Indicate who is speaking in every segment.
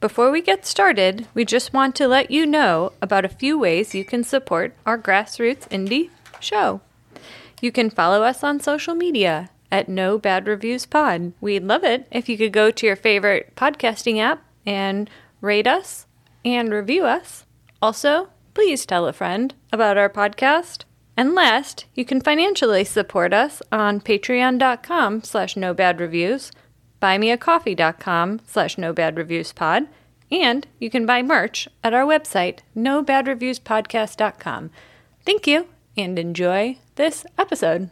Speaker 1: Before we get started, we just want to let you know about a few ways you can support our grassroots indie show. You can follow us on social media at No Bad Reviews Pod. We'd love it if you could go to your favorite podcasting app and rate us and review us. Also, please tell a friend about our podcast. And last, you can financially support us on patreon.com slash no bad reviews, buymeacoffee.com slash no bad reviews pod, and you can buy merch at our website, nobadreviewspodcast.com. Thank you and enjoy this episode.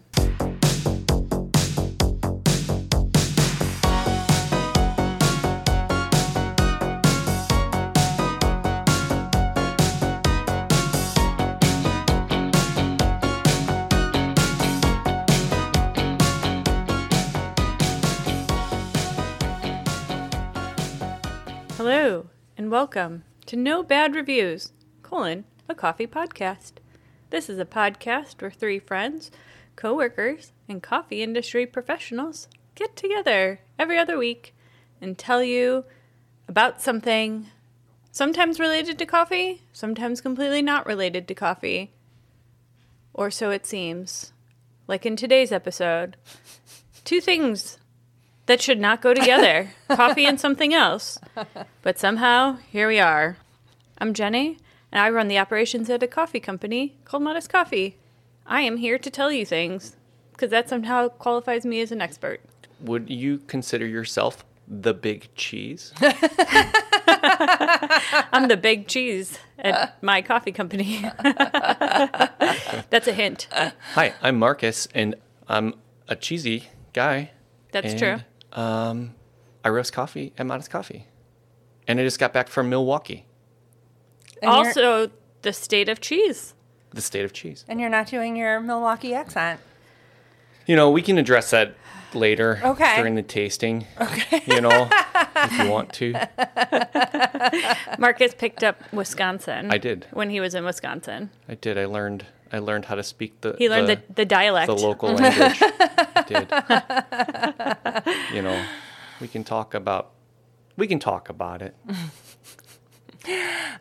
Speaker 1: Hello and welcome to No Bad Reviews, colon, a coffee podcast. This is a podcast where three friends, coworkers, and coffee industry professionals get together every other week and tell you about something sometimes related to coffee, sometimes completely not related to coffee. Or so it seems. Like in today's episode, two things that should not go together coffee and something else. But somehow, here we are. I'm Jenny, and I run the operations at a coffee company called Modest Coffee. I am here to tell you things because that somehow qualifies me as an expert.
Speaker 2: Would you consider yourself the big cheese?
Speaker 1: I'm the big cheese
Speaker 2: Uh.
Speaker 1: at my coffee company. That's a hint.
Speaker 2: Hi, I'm Marcus, and I'm a cheesy guy.
Speaker 1: That's
Speaker 2: and,
Speaker 1: true.
Speaker 2: Um, I roast coffee at Modest Coffee, and I just got back from Milwaukee,
Speaker 3: And you're-
Speaker 1: also, the state of cheese.
Speaker 2: the state of cheese.
Speaker 3: and you're not doing your Milwaukee accent.
Speaker 2: You know, we can address that later
Speaker 3: Okay.
Speaker 2: during the tasting. Okay. You know, if you want to.
Speaker 1: Marcus picked up Wisconsin.
Speaker 2: I did.
Speaker 1: When he was in Wisconsin,
Speaker 2: I did. I learned. I learned how to speak the.
Speaker 1: he learned the,
Speaker 2: the,
Speaker 1: the, dialect.
Speaker 2: the local language. I did. You know, we can talk about. We can talk about it.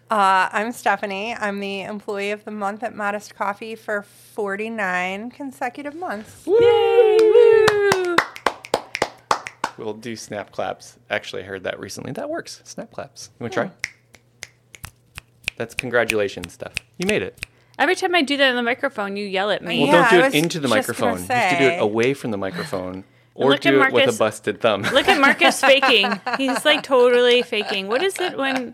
Speaker 3: Uh, I'm Stephanie. I'm the employee of the month at Modest Coffee for 49 consecutive months.
Speaker 1: Woo!
Speaker 2: We'll do snap claps. Actually, I heard that recently. That works. Snap claps. You want to try? That's congratulations, Steph. You made it.
Speaker 1: Every time I do that in the microphone, you yell at me.
Speaker 2: Well,
Speaker 3: Yeah,
Speaker 2: don't do
Speaker 3: I
Speaker 2: it
Speaker 3: was
Speaker 2: into the
Speaker 3: just gonna
Speaker 2: microphone. You have to do
Speaker 3: say.
Speaker 2: it away from the microphone, or
Speaker 1: Look at
Speaker 2: do it with
Speaker 1: Marcus.
Speaker 2: a busted thumb.
Speaker 1: Look at Marcus faking. He's like totally faking. What is it when?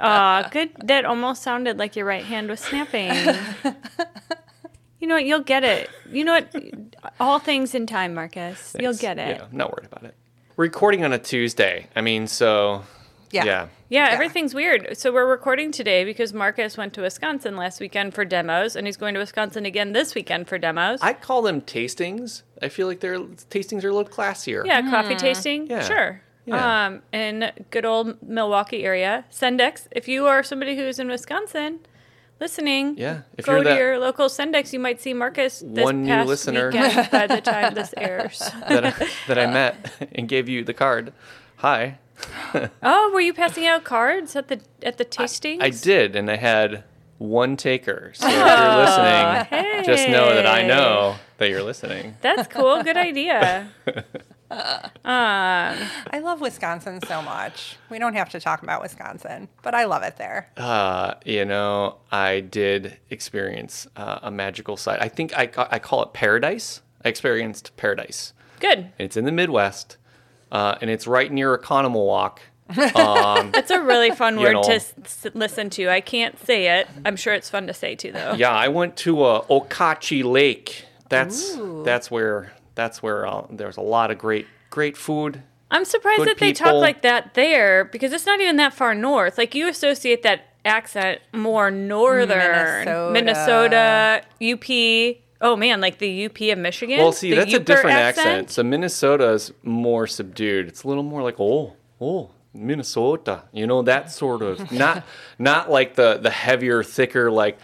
Speaker 1: Aw, good. That almost sounded like your right hand was snapping. You know what? You'll get it. You know what? All things in time, Marcus. You'll
Speaker 2: Thanks.
Speaker 1: get it.
Speaker 2: Yeah, not worried about it. Recording on a Tuesday. I mean, so
Speaker 3: Yeah.
Speaker 2: yeah.
Speaker 1: Yeah, everything's weird. So we're recording today because Marcus went to Wisconsin last weekend for demos, and he's going to Wisconsin again this weekend for demos.
Speaker 2: I call them tastings. I feel like their tastings are a little classier.
Speaker 1: yeah, coffee tasting.
Speaker 2: Yeah.
Speaker 1: Sure.
Speaker 2: Yeah.
Speaker 1: Um, in good old Milwaukee area, Sendex. If you are somebody who is in Wisconsin, listening,
Speaker 2: Yeah, if
Speaker 1: go
Speaker 2: you're
Speaker 1: to
Speaker 2: that-
Speaker 1: your local Sendex. You might see Marcus. This
Speaker 2: One new
Speaker 1: past
Speaker 2: listener.
Speaker 1: weekend by the time this airs.
Speaker 2: That I, that I met and gave you the card. Hi.
Speaker 1: oh, were you passing out cards at the at the tasting?
Speaker 2: I did, and I had one taker. So if you're listening, just know that I know that you're listening.
Speaker 1: That's cool. Good idea. um,
Speaker 3: I love Wisconsin so much. We don't have to talk about Wisconsin, but I love it there.
Speaker 2: Uh, you know, I did experience uh, a magical sight. I think I, ca- I call it paradise. I experienced paradise.
Speaker 1: good.
Speaker 2: It's in the Midwest, uh, and it's right near Um, Economowalk.
Speaker 1: That's a really fun
Speaker 2: You
Speaker 1: word
Speaker 2: know.
Speaker 1: to s- s- listen to. I can't say it. I'm sure it's fun to say too, though.
Speaker 2: Yeah, I went to uh, Okachi Lake. That's that's where that's where uh, there's a lot of great great food.
Speaker 1: I'm surprised
Speaker 2: Good
Speaker 1: that they talk
Speaker 2: people.
Speaker 1: like that there because it's not even that far north. Like you associate that accent more northern
Speaker 3: Minnesota.
Speaker 1: Minnesota, UP. Oh man, like the UP of Michigan.
Speaker 2: Well, see,
Speaker 1: The
Speaker 2: that's a
Speaker 1: Uper
Speaker 2: different accent. So Minnesota's more subdued. It's a little more like oh, oh, Minnesota. You know that sort of not not like the the heavier, thicker like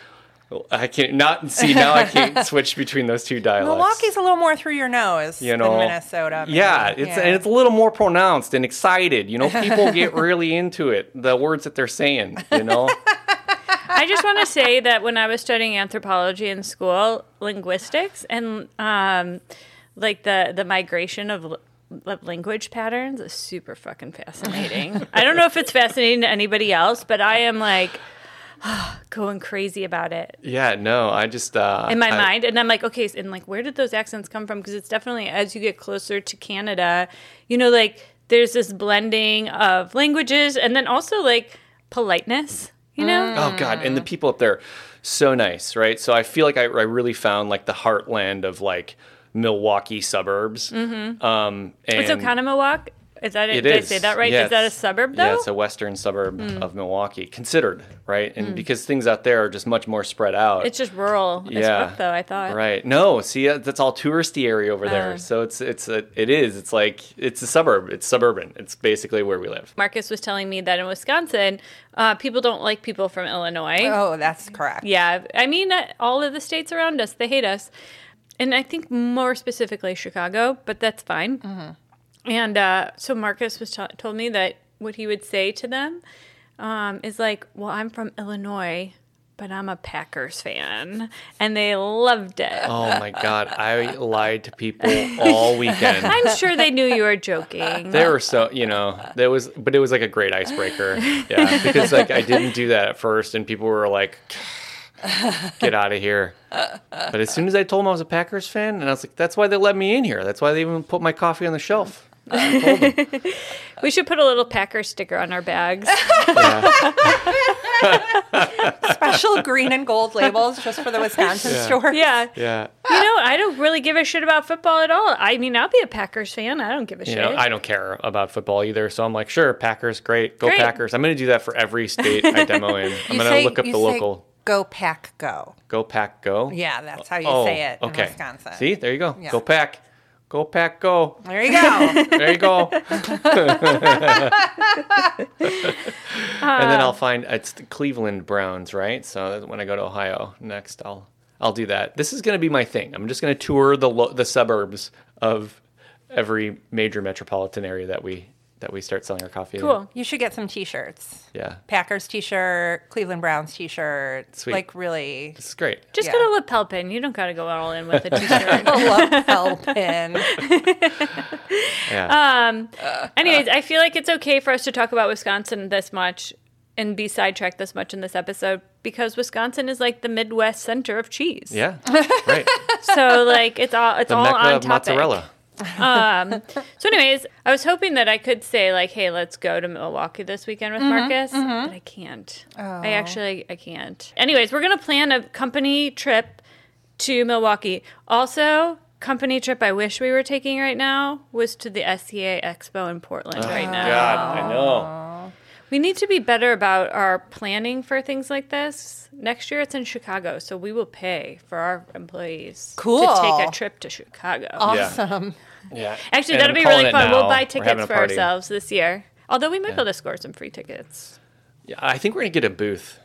Speaker 2: Well, I can't not see now. I can't switch between those two dialects.
Speaker 3: Milwaukee's a little more through your nose
Speaker 2: you know,
Speaker 3: than Minnesota. maybe.
Speaker 2: Yeah, it's and it's a little more pronounced and excited. You know, people get really into it. The words that they're saying. You know,
Speaker 1: I just want to say that when I was studying anthropology in school, linguistics and um, like the the migration of l- of language patterns is super fucking fascinating. I don't know if it's fascinating to anybody else, but I am like going crazy about it
Speaker 2: yeah. No, I just uh,
Speaker 1: in my
Speaker 2: I-
Speaker 1: mind and i'm like okay s- and like where did those accents come from because it's definitely as you get closer to canada you know like there's this blending of languages and then also like politeness you know
Speaker 2: Oh God,
Speaker 1: Mm.
Speaker 2: and the people up there, so nice, right? So I feel like I, I really found like the heartland of like Milwaukee suburbs. Mm-hmm. Um, and
Speaker 1: it's oconomowoc is that it,
Speaker 2: It
Speaker 1: did i
Speaker 2: is,
Speaker 1: say that right
Speaker 2: yes.
Speaker 1: is that a suburb though Mm.
Speaker 2: Yeah, it's a western suburb of Milwaukee, considered right, and because things out there are just much more spread out.
Speaker 1: it's just rural as
Speaker 2: yeah,
Speaker 1: fuck though i thought
Speaker 2: Right? No, see, uh, that's all touristy area over there.
Speaker 1: Oh.
Speaker 2: So it's it's a, it is. It's like it's a suburb. It's suburban. It's basically where we live.
Speaker 1: marcus was telling me that in wisconsin uh, people don't like people from illinois
Speaker 3: Oh, that's correct.
Speaker 1: Yeah, I mean, uh, all of the states around us, they hate us. And I think more specifically Chicago, but that's fine. And uh, so Marcus was t- told me that what he would say to them um, is like, "Well, I'm from Illinois, but I'm a Packers fan," and they loved it.
Speaker 2: Oh my God, I lied to people all weekend.
Speaker 1: I'm sure they knew you were joking.
Speaker 2: They were so, you know, there was, but it was like a great icebreaker. Yeah. Because like I didn't do that at first and people were like, get out of here. But as soon as I told them I was a Packers fan, and I was like, that's why they let me in here. That's why they even put my coffee on the shelf. I told 'em.
Speaker 1: we should put a little Packer sticker on our bags.
Speaker 2: Yeah.
Speaker 3: Special green and gold labels just for the Wisconsin
Speaker 2: Yeah.
Speaker 3: store.
Speaker 1: yeah.
Speaker 2: yeah.
Speaker 1: You know, I don't really give a shit about football at all. I mean, I'll be a Packers fan. I don't give a
Speaker 2: You
Speaker 1: shit.
Speaker 2: know, I don't care about football either. So I'm like, sure, Packers, great. Go
Speaker 1: Great.
Speaker 2: Packers. I'm going to do that for every state I demo in. I'm
Speaker 3: You
Speaker 2: going to
Speaker 3: say-
Speaker 2: look up
Speaker 3: you
Speaker 2: the
Speaker 3: say,
Speaker 2: local.
Speaker 3: Go pack, go.
Speaker 2: Go Pack, go.
Speaker 3: Yeah, that's how you
Speaker 2: Oh,
Speaker 3: say it
Speaker 2: okay.
Speaker 3: in Wisconsin.
Speaker 2: See, there you go.
Speaker 3: Yeah.
Speaker 2: Go Pack. Go Pack, go.
Speaker 3: There you go.
Speaker 2: There you go. and then
Speaker 1: Uh,
Speaker 2: I'll find it's the Cleveland Browns, right? So when I go to Ohio next, I'll I'll do that. This is going to be my thing. I'm just going to tour the lo- the suburbs of every major metropolitan area that we that we start selling our coffee. in.
Speaker 1: Cool.
Speaker 3: you should get some T-shirts.
Speaker 2: Yeah,
Speaker 3: Packers T-shirt, Cleveland Browns T-shirt.
Speaker 2: Sweet.
Speaker 3: Like really.
Speaker 2: it's great.
Speaker 1: Just
Speaker 3: Yeah.
Speaker 1: get a lapel pin. You don't got to go all in with a t-shirt.
Speaker 3: lapel pin.
Speaker 1: Uh,
Speaker 2: Yeah,
Speaker 1: Anyways, I feel like it's okay for us to talk about Wisconsin this much and be sidetracked this much in this episode because Wisconsin is like the Midwest center of cheese.
Speaker 2: yeah, right.
Speaker 1: So like it's all it's
Speaker 2: The
Speaker 1: all
Speaker 2: mecca
Speaker 1: on
Speaker 2: of
Speaker 1: topic.
Speaker 2: mozzarella.
Speaker 1: So anyways, I was hoping that I could say like, "Hey, let's go to Milwaukee this weekend with Marcus," but I can't. I actually I can't. Anyways, we're gonna plan a company trip to Milwaukee. Also, company trip I wish we were taking right now was to the SCA Expo in Portland right now.
Speaker 2: God, I know.
Speaker 1: We need to be better about our planning for things like this. Next year it's in Chicago, so we will pay for our employees to take
Speaker 3: Cool.
Speaker 1: a trip to Chicago.
Speaker 3: Awesome.
Speaker 2: Yeah.
Speaker 1: Actually,
Speaker 2: And
Speaker 1: that'll
Speaker 2: I'm
Speaker 1: be really
Speaker 2: calling it
Speaker 1: fun.
Speaker 2: now.
Speaker 1: We'll buy
Speaker 2: We're having
Speaker 1: tickets
Speaker 2: a
Speaker 1: for
Speaker 2: party.
Speaker 1: ourselves this year. Although we might be able to score some free tickets.
Speaker 2: Yeah, I think we're gonna get a booth.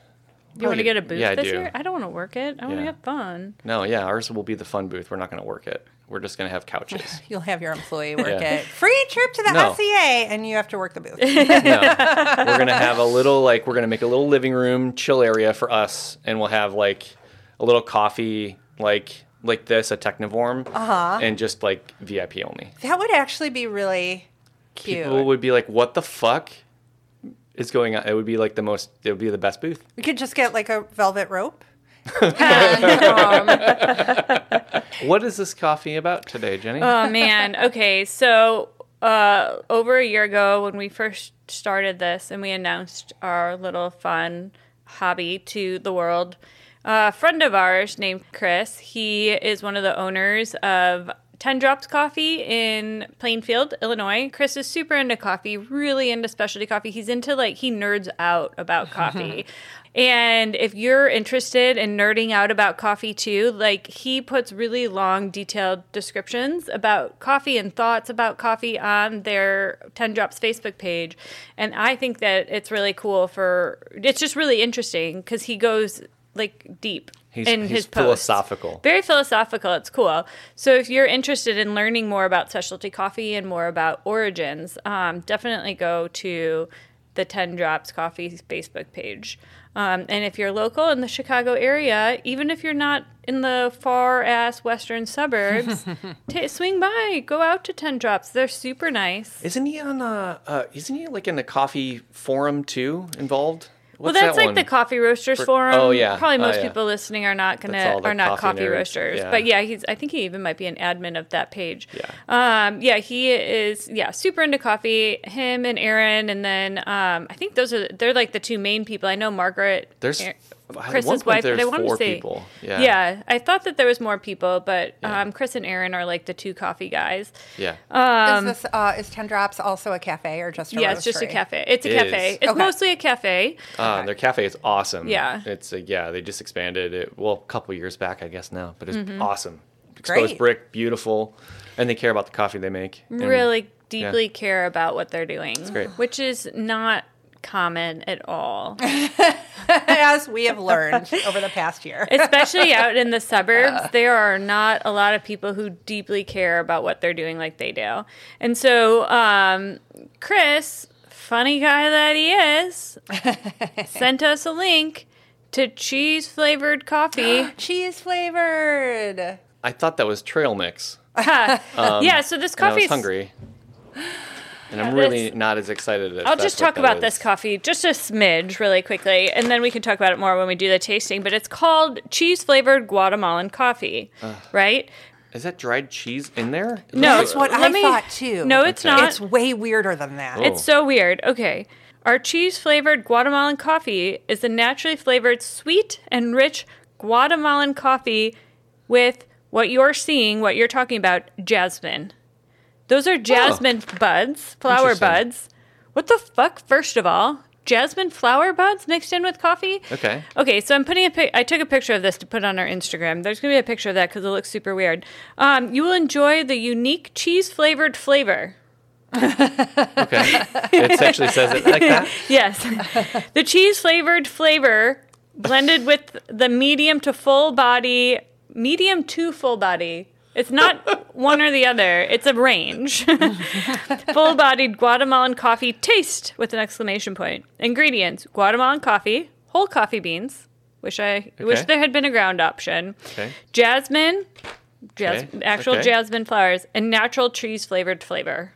Speaker 1: You want to
Speaker 2: Probably-
Speaker 1: get a booth
Speaker 2: yeah, I
Speaker 1: this
Speaker 2: do.
Speaker 1: year? I don't want to work it. I want to
Speaker 2: Yeah.
Speaker 1: have fun.
Speaker 2: No, yeah, ours will be the fun booth. We're not gonna work it. We're just gonna have couches.
Speaker 3: You'll have your employee work
Speaker 2: Yeah.
Speaker 3: it. Free trip to the
Speaker 2: No.
Speaker 3: SEA, and you have to work the booth.
Speaker 2: No. we're gonna have a little like we're gonna make a little living room chill area for us, and we'll have like a little coffee like like this a technivorm, uh-huh. and just like VIP only.
Speaker 3: that would actually be really cute.
Speaker 2: People would be like, "What the fuck is going on?" It would be like the most. It would be the best booth.
Speaker 3: we could just get like a velvet rope. um,
Speaker 2: What is this coffee about today, Jenny?
Speaker 1: Oh man. Okay, so uh, over a year ago, when we first started this and we announced our little fun hobby to the world, a friend of ours named Chris. He is one of the owners of. 10 Drops Coffee in Plainfield, Illinois. Chris is super into coffee, really into specialty coffee. He's into like, he nerds out about coffee. And if you're interested in nerding out about coffee too, like he puts really long, detailed descriptions about coffee and thoughts about coffee on their 10 Drops Facebook page. And I think that it's really cool for, it's just really interesting because he goes like deep
Speaker 2: He's,
Speaker 1: in
Speaker 2: he's
Speaker 1: his posts.
Speaker 2: philosophical.
Speaker 1: Very philosophical. It's cool. So if you're interested in learning more about specialty coffee and more about origins, um, definitely go to the Ten Drops Coffee Facebook page. Um, and if you're local in the Chicago area, even if you're not in the far ass western suburbs, ta swing by, go out to Ten Drops. They're super nice.
Speaker 2: Isn't he on a? Uh, isn't he like in a coffee forum too involved? What's
Speaker 1: well, that's
Speaker 2: that
Speaker 1: like
Speaker 2: one?
Speaker 1: the coffee roasters forum.
Speaker 2: oh, yeah.
Speaker 1: probably
Speaker 2: Oh,
Speaker 1: most
Speaker 2: yeah.
Speaker 1: people listening are not
Speaker 2: That's
Speaker 1: gonna
Speaker 2: all the
Speaker 1: are not
Speaker 2: coffee
Speaker 1: coffee,
Speaker 2: nerds.
Speaker 1: roasters,
Speaker 2: Yeah.
Speaker 1: but yeah, he's. I think he even might be an admin of that page. Yeah, um, yeah, he is. Yeah, super into coffee. Him and Aaron, and then um, I think those are they're like the two main people. I know Margaret.
Speaker 2: There's-
Speaker 1: Aaron-
Speaker 2: at one
Speaker 1: Chris's
Speaker 2: point
Speaker 1: wife, but I
Speaker 2: there's
Speaker 1: wanted
Speaker 2: four
Speaker 1: to say,
Speaker 2: people. Yeah.
Speaker 1: yeah, I thought that there was more people, but
Speaker 2: Yeah.
Speaker 1: um, Chris and Aaron are like the two coffee guys.
Speaker 2: Yeah.
Speaker 3: is this uh, is Ten Drops also a cafe or just a
Speaker 1: Um, yeah, it's just a
Speaker 3: roastery?
Speaker 1: cafe. It's a
Speaker 2: It
Speaker 1: cafe.
Speaker 2: is.
Speaker 1: It's
Speaker 3: Okay.
Speaker 1: mostly a cafe.
Speaker 2: Uh, Their cafe is awesome.
Speaker 1: Yeah.
Speaker 2: It's uh, yeah. They just expanded it. Well, a couple years back, I guess now, but it's
Speaker 1: Mm-hmm.
Speaker 2: awesome. Exposed
Speaker 3: Great.
Speaker 2: brick, beautiful, and they care about the coffee they make. and-
Speaker 1: really deeply care about what they're doing,
Speaker 2: great.
Speaker 1: which is not common at all,
Speaker 3: As we have learned over the past year.
Speaker 1: especially out in the suburbs. There are not a lot of people who deeply care about what they're doing like they do. And so, um, Chris, funny guy that he is, sent us a link to cheese flavored coffee.
Speaker 3: Cheese flavored.
Speaker 2: I thought that was trail mix.
Speaker 1: yeah, so this
Speaker 2: Um, And I
Speaker 1: coffee
Speaker 2: was hungry. And I'm
Speaker 1: Yeah,
Speaker 2: really
Speaker 1: this-
Speaker 2: not as excited as
Speaker 1: I'll just talk about this coffee just a smidge really quickly, and then we can talk about it more when we do the tasting. But it's called cheese flavored Guatemalan coffee, right?
Speaker 2: Is that dried cheese in there? It
Speaker 1: No,
Speaker 2: looks
Speaker 3: That's
Speaker 1: it's
Speaker 2: like-
Speaker 3: what I
Speaker 1: Let me-
Speaker 3: thought too.
Speaker 1: No, it's
Speaker 2: Okay.
Speaker 1: not.
Speaker 3: It's way weirder than that.
Speaker 2: Oh.
Speaker 1: It's so weird. Okay. Our cheese flavored Guatemalan coffee is the naturally flavored, sweet, and rich Guatemalan coffee with what you're seeing, what you're talking about, jasmine. Those are jasmine buds, flower
Speaker 2: Interesting.
Speaker 1: buds. What the fuck, first of all? Jasmine flower buds mixed in with coffee?
Speaker 2: Okay.
Speaker 1: Okay, so I'm putting a pic. I took a picture of this to put on our Instagram. There's gonna be a picture of that because it looks super weird. Um, you will enjoy the unique cheese flavored flavor.
Speaker 2: Okay. it actually says it like that.
Speaker 1: Yes. the cheese flavored flavor blended with the medium to full body, medium to full body. It's not one or the other, it's a range. full bodied Guatemalan coffee taste with an exclamation point. Ingredients Guatemalan coffee, whole coffee beans. Wish I wish
Speaker 2: Okay.
Speaker 1: there had been a ground option.
Speaker 2: Okay.
Speaker 1: Jasmine, jas-
Speaker 2: Okay,
Speaker 1: actual
Speaker 2: okay.
Speaker 1: jasmine flowers, and natural cheese flavored flavor.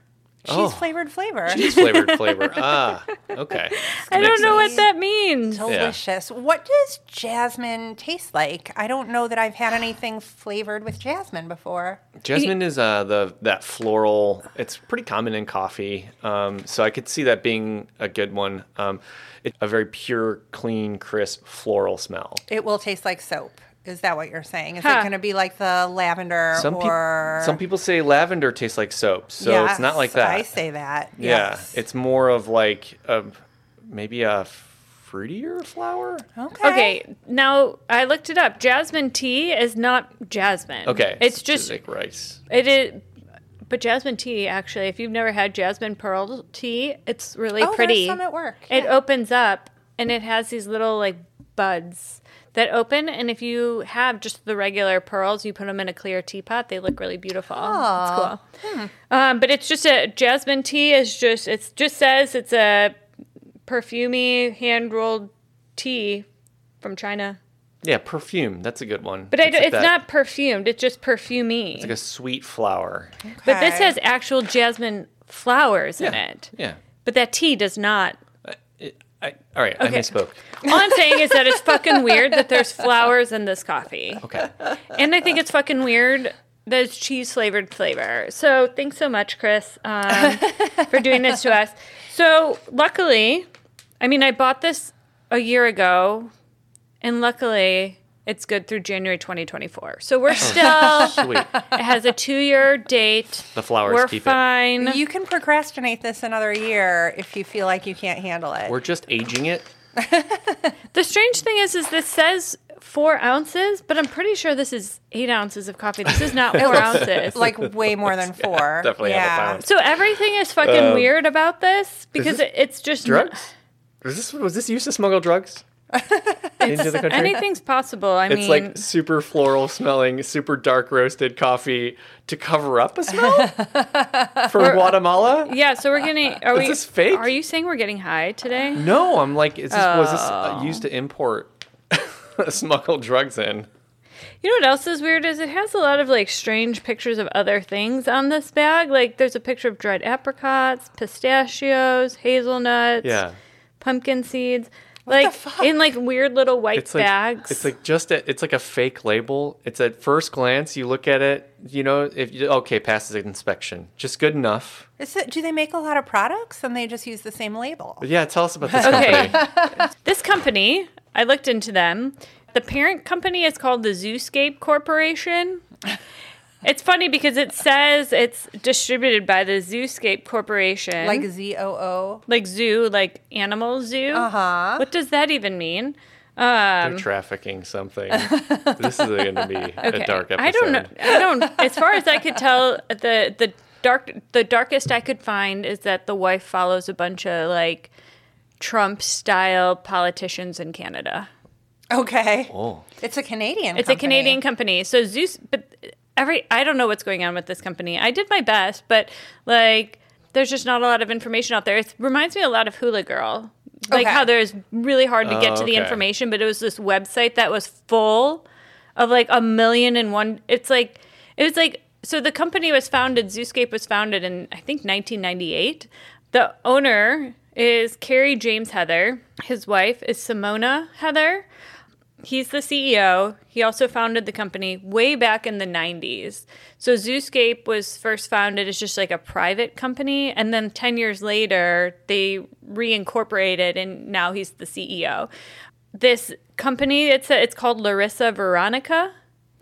Speaker 2: Oh.
Speaker 3: Cheese flavored flavor.
Speaker 2: Cheese flavored flavor. Ah. Okay.
Speaker 1: I don't know
Speaker 2: what
Speaker 1: what that means.
Speaker 3: Delicious. What does jasmine taste like? I don't know that I've had anything flavored with jasmine before.
Speaker 2: Jasmine is uh, the that floral. It's pretty common in coffee, um, so I could see that being a good one. Um, it's a very pure, clean, crisp floral smell.
Speaker 3: It will taste like soap. Is that what you're saying? Is
Speaker 1: Huh.
Speaker 3: it going to be like the lavender
Speaker 2: Some peop-
Speaker 3: or
Speaker 2: some people say lavender tastes like soap, so it's not like
Speaker 3: Yes,
Speaker 2: that.
Speaker 3: I say that.
Speaker 2: yeah,
Speaker 3: Yes.
Speaker 2: it's more of like a, maybe a fruitier flower.
Speaker 3: okay.
Speaker 1: Okay, now I looked it up. Jasmine tea is not jasmine.
Speaker 2: Okay,
Speaker 1: It's just,
Speaker 2: like rice.
Speaker 1: it is, but jasmine tea, actually, if you've never had jasmine pearl tea, it's really
Speaker 3: Oh,
Speaker 1: pretty.
Speaker 3: There's some at work.
Speaker 1: It
Speaker 3: Yeah.
Speaker 1: opens up and it has these little like buds that open. And if you have just the regular pearls, you put them in a clear teapot, they look really beautiful.
Speaker 3: Aw. Hmm.
Speaker 1: It's cool. Um, but it's just a jasmine tea is just, it's just says it's a perfumey hand rolled tea from China.
Speaker 2: Yeah, perfume. That's a good one.
Speaker 1: But I don't-
Speaker 2: like
Speaker 1: it's
Speaker 2: that-
Speaker 1: not perfumed. It's just perfumey.
Speaker 2: like a sweet flower.
Speaker 1: But this
Speaker 3: Okay.
Speaker 1: has actual jasmine flowers in it.
Speaker 2: Yeah.
Speaker 1: But that tea does not.
Speaker 2: It- I, all right, I misspoke.
Speaker 1: All I'm saying is that it's fucking weird that there's flowers in this coffee.
Speaker 2: Okay.
Speaker 1: And I think it's fucking weird that it's cheese flavored flavor. So thanks so much, Chris, um, for doing this to us. So luckily, I mean, I bought this a year ago, and luckily, it's good through January 2024. So we're still.
Speaker 2: Sweet.
Speaker 1: It has a two-year date.
Speaker 2: The flowers
Speaker 1: We're
Speaker 2: keep it.
Speaker 1: fine.
Speaker 3: You can procrastinate this another year if you feel like you can't handle it.
Speaker 2: We're just aging it.
Speaker 1: The strange thing is, is this says four ounces, but I'm pretty sure this is eight ounces of coffee. This is not four ounces.
Speaker 3: like way more than four.
Speaker 2: definitely have a
Speaker 3: yeah.
Speaker 2: balance.
Speaker 1: so everything is fucking weird about this because
Speaker 2: Um, this
Speaker 1: it, it's just
Speaker 2: Drugs? Was this was this used to smuggle drugs? into the country.
Speaker 1: Anything's possible. I
Speaker 2: it's
Speaker 1: mean,
Speaker 2: like super floral smelling, super dark roasted coffee to cover up a smell for Guatemala.
Speaker 1: uh, yeah. So we're getting. Are
Speaker 2: Is
Speaker 1: we?
Speaker 2: this fake?
Speaker 1: Are you saying we're getting high today?
Speaker 2: No, I'm like, is this was this uh, used
Speaker 1: Oh.
Speaker 2: to import smuggle drugs in?
Speaker 1: You know what else is weird is it has a lot of like strange pictures of other things on this bag. Like there's a picture of dried apricots, pistachios, hazelnuts,
Speaker 2: Yeah,
Speaker 1: pumpkin seeds. like
Speaker 3: fuck?
Speaker 1: in like weird little white
Speaker 2: it's like
Speaker 1: bags.
Speaker 2: it's like just a, it's like a fake label. It's at first glance you look at it, you know, if you, okay, passes inspection, just good enough.
Speaker 3: Is it, do they make a lot of products and they just use the same label?
Speaker 2: But yeah, tell us about this
Speaker 1: Okay.
Speaker 2: company.
Speaker 1: This company, I looked into them. The parent company is called the Zooscape Corporation. It's funny because it says it's distributed by the Zooscape Corporation.
Speaker 3: Like Z O O.
Speaker 1: like zoo, like animal zoo.
Speaker 3: Uh-huh.
Speaker 1: What does that even mean? Um,
Speaker 2: They're trafficking something. this is going to be a dark episode.
Speaker 1: I don't know. I don't. As far as I could tell, the the dark the darkest I could find is that the wife follows a bunch of like Trump style politicians in Canada.
Speaker 3: Okay.
Speaker 2: Oh.
Speaker 3: It's a Canadian.
Speaker 1: It's a Canadian company. So Zeus, but every I don't know what's going on with this company. I did my best, but like there's just not a lot of information out there. It reminds me a lot of Hula Girl. Like
Speaker 3: Okay.
Speaker 1: how there's really hard to get
Speaker 2: Oh,
Speaker 1: to the
Speaker 2: okay.
Speaker 1: information, but it was this website that was full of like a million and one. It's like it was like so the company was founded. Zooscape was founded in I think 1998. The owner is Carrie James Heather. His wife is Simona Heather. He's the CEO. He also founded the company way back in the 90s. So Zooscape was first founded as just like a private company. And then 10 years later, they reincorporated and now he's the CEO. This company, it's, a, it's called Larissa Veronica.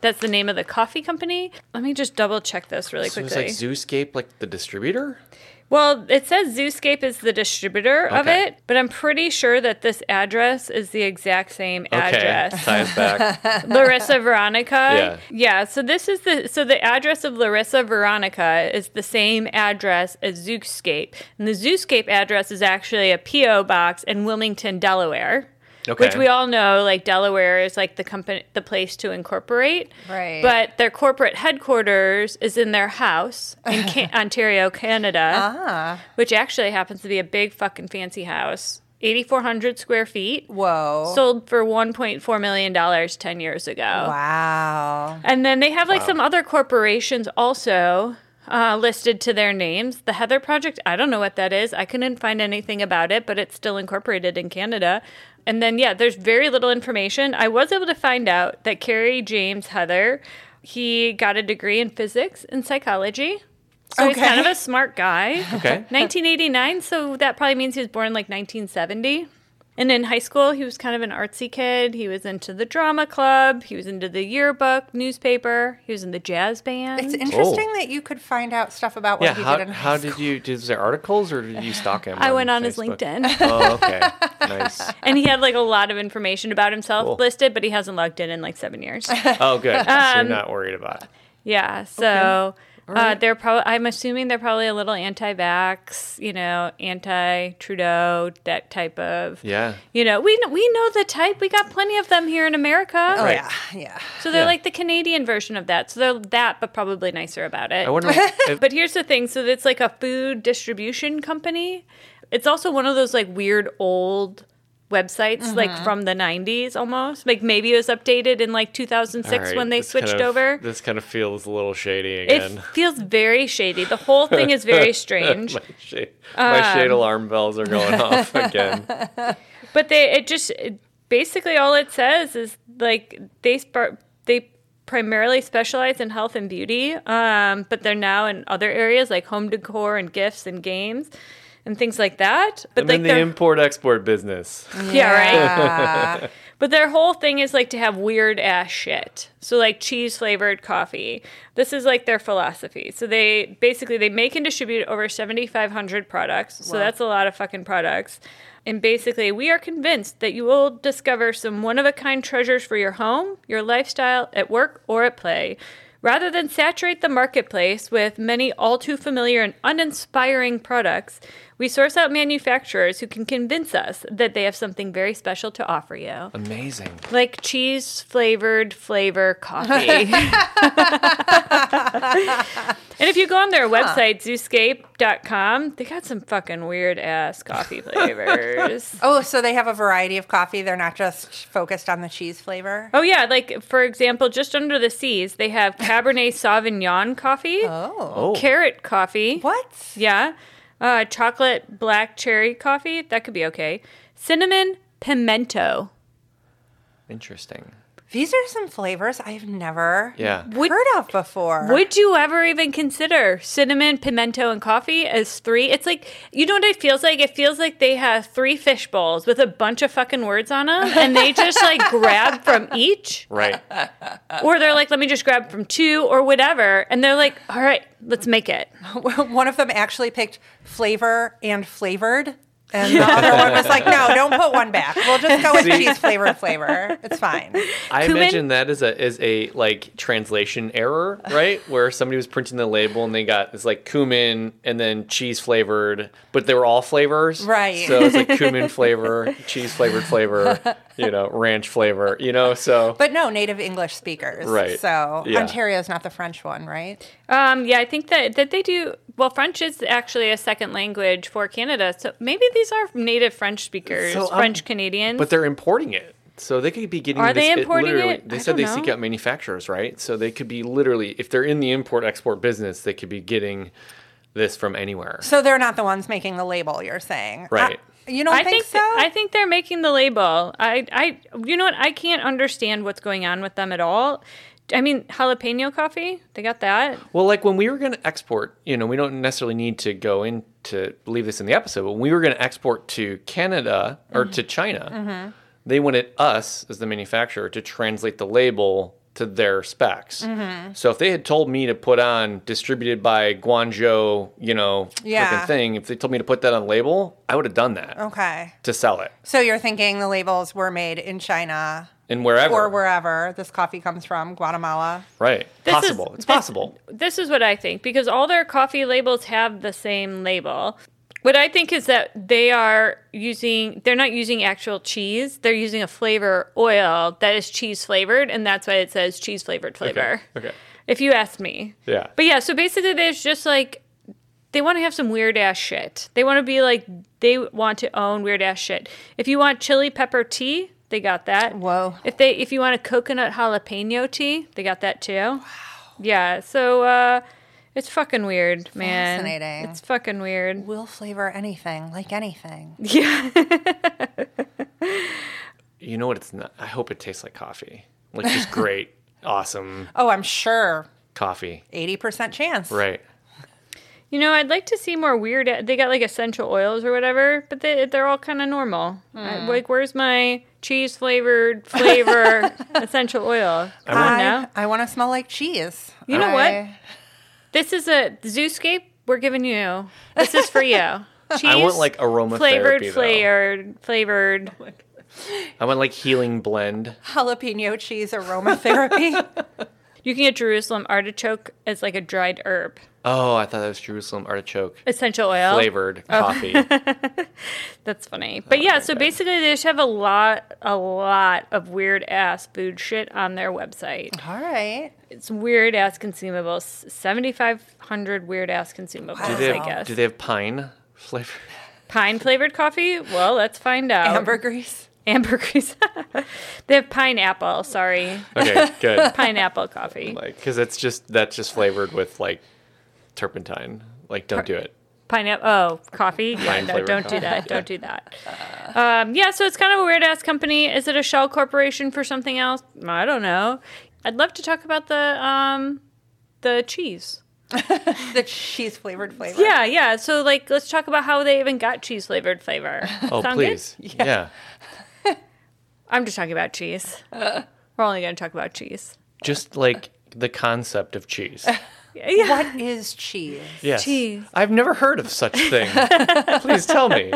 Speaker 1: That's the name of the coffee company. Let me just double check this really
Speaker 2: So it's
Speaker 1: quickly.
Speaker 2: like Zooscape, like the distributor.
Speaker 1: Well, it says Zooscape is the distributor of
Speaker 2: Okay.
Speaker 1: it, but I'm pretty sure that this address is the exact same address.
Speaker 2: Okay, ties back.
Speaker 1: Larissa Veronica.
Speaker 2: Yeah.
Speaker 1: So this is the so the address of Larissa Veronica is the same address as Zooscape, and the Zooscape address is actually a PO box in Wilmington, Delaware. Which
Speaker 2: Okay.
Speaker 1: we all know, like Delaware is like the company, the place to incorporate.
Speaker 3: Right.
Speaker 1: But their corporate headquarters is in their house in Ca- Ontario, Canada,
Speaker 3: Ah.
Speaker 1: which actually happens to be a big fucking fancy house, eighty four hundred square feet
Speaker 3: Whoa.
Speaker 1: sold for 1.4 million dollars 10 years ago
Speaker 3: wow.
Speaker 1: and then they have like some other corporations also uh, listed to their names the heather project i don't know what that is i couldn't find anything about it but it's still incorporated in canada and then yeah there's very little information i was able to find out that carrie james heather he got a degree in physics and psychology so he's
Speaker 3: Okay.
Speaker 1: kind of a smart guy
Speaker 2: Okay.
Speaker 1: 1989, so that probably means he was born in like 1970. And in high school, he was kind of an artsy kid. He was into the drama club, he was into the yearbook, newspaper, he was in the jazz band.
Speaker 3: It's interesting that you could find out stuff about what
Speaker 2: Oh. Yeah.
Speaker 3: he
Speaker 2: How,
Speaker 3: did in
Speaker 2: how
Speaker 3: high
Speaker 2: did you? Did was there articles or did you stalk him?
Speaker 1: I went on his
Speaker 2: Facebook?
Speaker 1: LinkedIn,
Speaker 2: Oh, okay. Nice.
Speaker 1: and he had like a lot of information about himself
Speaker 2: Cool.
Speaker 1: listed, but he hasn't logged in in like seven years.
Speaker 2: Oh, good. so
Speaker 1: Um,
Speaker 2: you're not worried about it.
Speaker 1: Yeah. So uh, they're probably. I'm assuming they're probably a little anti-vax. You know, anti-Trudeau, that type of.
Speaker 2: Yeah.
Speaker 1: You know, we know, we know the type. We got plenty of them here in America.
Speaker 3: school.
Speaker 2: Right.
Speaker 3: Yeah. Yeah.
Speaker 1: So they're
Speaker 2: Yeah.
Speaker 1: like the Canadian version of that. So they're that, but probably nicer about it.
Speaker 2: I wonder. If,
Speaker 1: But here's the thing so it's like a food distribution company. It's also one of those like weird old websites, like from the 90s almost. Like maybe it was updated in like 2006
Speaker 2: All right,
Speaker 1: when they
Speaker 2: this kind
Speaker 1: switched
Speaker 2: of-
Speaker 1: over.
Speaker 2: This kind of feels a little shady
Speaker 1: It
Speaker 2: again.
Speaker 1: feels very shady. The whole thing is very strange.
Speaker 2: my, shade, my shade alarm bells are going off again.
Speaker 1: Um, But they it just it- basically all it says is like they sp- they primarily specialize in health and beauty, um, but they're now in other areas like home decor and gifts and games and things like that. But
Speaker 2: I'm
Speaker 1: like Mm.
Speaker 2: in the
Speaker 1: their,
Speaker 2: import export business.
Speaker 1: yeah, right.
Speaker 3: Yeah.
Speaker 1: But their whole thing is like to have weird ass shit. So like cheese flavored coffee. This is like their philosophy. So they basically they make and distribute over 7500 products. So
Speaker 3: Wow.
Speaker 1: that's a lot of fucking products. And basically, we are convinced that you will discover some one of a kind treasures for your home, your lifestyle, at work, or at play. Rather than saturate the marketplace with many all too familiar and uninspiring products, We source out manufacturers who can convince us that they have something very special to offer you,
Speaker 2: Amazing.
Speaker 1: like cheese flavored flavor coffee. and if you go on their website, zooscape.com, they got some fucking weird ass coffee flavors.
Speaker 3: Oh, so they have a variety of coffee. They're not just focused on the cheese flavor.
Speaker 1: Oh yeah, like for example, just under the seas, they have Cabernet Sauvignon coffee,
Speaker 3: Oh.
Speaker 2: Oh,
Speaker 1: carrot coffee.
Speaker 3: What?
Speaker 1: Yeah. Uh, chocolate black cherry coffee. That could be okay. Cinnamon pimento.
Speaker 2: interesting.
Speaker 3: These are some flavors I've never
Speaker 2: Yeah.
Speaker 1: Would-
Speaker 3: heard of before.
Speaker 1: Would you ever even consider cinnamon, pimento, and coffee as three? It's like, you know what it feels like? It feels like they have three fish bowls with a bunch of fucking words on them and they just like grab from each.
Speaker 2: Right.
Speaker 1: Or they're like, let me just grab from two or whatever. And they're like, all right, let's make it.
Speaker 3: One of them actually picked flavor and flavored. And the other one was like, no, don't put one back. We'll just go with
Speaker 2: See?
Speaker 3: cheese flavor flavor. It's fine.
Speaker 2: I
Speaker 1: Cumin?
Speaker 2: imagine that is a is a like translation error, right? Where somebody was printing the label and they got it's like cumin and then cheese flavored, but they were all flavors,
Speaker 3: Right.
Speaker 2: So it's like cumin flavor, cheese flavored flavor, you know, ranch flavor, you know. So
Speaker 3: But no, native English speakers.
Speaker 2: Right.
Speaker 3: So
Speaker 2: Yeah.
Speaker 3: Ontario's not the French one, right?
Speaker 1: Um, yeah, I think that, that they do. Well, French is actually a second language for Canada, so maybe these are native French speakers,
Speaker 2: So, um,
Speaker 1: French Canadians.
Speaker 2: but they're importing it. So they could be getting.
Speaker 1: Are
Speaker 2: this,
Speaker 1: they importing
Speaker 2: literally-
Speaker 1: it?
Speaker 2: They
Speaker 1: I
Speaker 2: said
Speaker 1: don't
Speaker 2: they seek
Speaker 1: know.
Speaker 2: out manufacturers, right? So they could be literally, if they're in the import export business, they could be getting this from anywhere.
Speaker 3: So they're not the ones making the label, you're saying.
Speaker 2: Right.
Speaker 3: I- you don't
Speaker 1: I
Speaker 3: think,
Speaker 1: think
Speaker 3: so?
Speaker 1: I think they're making the label. I, I, you know what? I can't understand what's going on with them at all. I mean, jalapeno coffee, they got that.
Speaker 2: Well, like when we were going to export, you know, we don't necessarily need to go in to leave this in the episode, but when we were going to export to Canada or to China, they wanted us as the manufacturer to translate the label to their specs. So if they had told me to put on distributed by Guangzhou, you know,
Speaker 3: Yeah.
Speaker 2: frickin' thing, if they told me to put that on the label, I would have done that
Speaker 1: Oh.
Speaker 3: okay.
Speaker 2: to sell it
Speaker 3: So you're thinking the labels were made in China
Speaker 2: and wherever.
Speaker 3: or wherever this coffee comes from, Guatemala.
Speaker 2: right.
Speaker 1: This is-
Speaker 2: Possible.
Speaker 1: this-
Speaker 2: it's possible.
Speaker 1: This is what I think because all their coffee labels have the same label. What I think is that they are using, they're not using actual cheese. They're using a flavor oil that is cheese flavored, and that's why it says cheese flavored flavor.
Speaker 2: Okay. okay.
Speaker 1: If you ask me.
Speaker 2: Yeah.
Speaker 1: But yeah, so basically, there's just like, they want to have some weird ass shit. They want to be like, they want to own weird ass shit. If you want chili pepper tea, they got that.
Speaker 3: Whoa.
Speaker 1: If they if you want a coconut jalapeno tea, they got that too. Wow. Yeah. So uh it's fucking weird, man.
Speaker 3: Fascinating.
Speaker 1: It's fucking weird.
Speaker 3: Will flavor anything, like anything.
Speaker 1: Yeah.
Speaker 2: You know what? It's not. I hope it tastes like coffee. Like just great, awesome
Speaker 3: Oh, I'm sure.
Speaker 2: coffee.
Speaker 3: 80% chance.
Speaker 2: Right.
Speaker 1: You know, I'd like to see more weird. They got like essential oils or whatever, but they, they're all kind of normal. I- like, where's my cheese flavored flavor essential oil? Come on
Speaker 3: I,
Speaker 1: now.
Speaker 3: I want to smell like cheese.
Speaker 1: You know what?
Speaker 3: I-
Speaker 1: This is a Zooscape. We're giving you. This is for you. Cheese
Speaker 2: I want like aromatherapy.
Speaker 1: flavored,
Speaker 2: though.
Speaker 1: flavored, flavored.
Speaker 2: I want like healing blend.
Speaker 3: Jalapeno cheese aromatherapy.
Speaker 1: You can get Jerusalem artichoke as like a dried herb,
Speaker 2: Oh, I thought that was Jerusalem artichoke
Speaker 1: essential oil.
Speaker 2: flavored
Speaker 1: oh.
Speaker 2: coffee.
Speaker 1: That's funny. But yeah, so basically they just have a lot, a lot of weird ass food shit on their website.
Speaker 3: All right.
Speaker 1: It's weird ass consumables, seventy five hundred weird ass consumables.
Speaker 2: do, they
Speaker 1: I
Speaker 2: have,
Speaker 1: guess
Speaker 2: do they have pine flavor?
Speaker 1: pine flavored coffee. Well, let's find out.
Speaker 3: Ambergris.
Speaker 1: Ambergris. they have pineapple. Sorry,
Speaker 2: Okay, good.
Speaker 1: pineapple coffee.
Speaker 2: Like, because it's just that's just flavored with like turpentine. Like, don't do it.
Speaker 1: Pineapple. Oh, coffee. Yeah,
Speaker 2: Pine
Speaker 1: no,
Speaker 2: flavored
Speaker 1: don't
Speaker 2: coffee,
Speaker 1: do that.
Speaker 2: yeah.
Speaker 1: Don't do that. Um, yeah, so it's kind of a weird ass company. Is it a shell corporation for something else? I don't know. I'd love to talk about the um, the cheese.
Speaker 3: The cheese flavored flavor.
Speaker 1: Yeah, yeah. So like, let's talk about how they even got cheese flavored flavor.
Speaker 2: Oh,
Speaker 1: Sound good?
Speaker 2: please. Yeah.
Speaker 1: I'm just talking about cheese. We're only going to talk about cheese.
Speaker 2: Just like the concept of cheese.
Speaker 1: Yeah, yeah.
Speaker 3: What is cheese?
Speaker 2: Yes.
Speaker 1: Cheese.
Speaker 2: I've never heard of such thing. please tell me.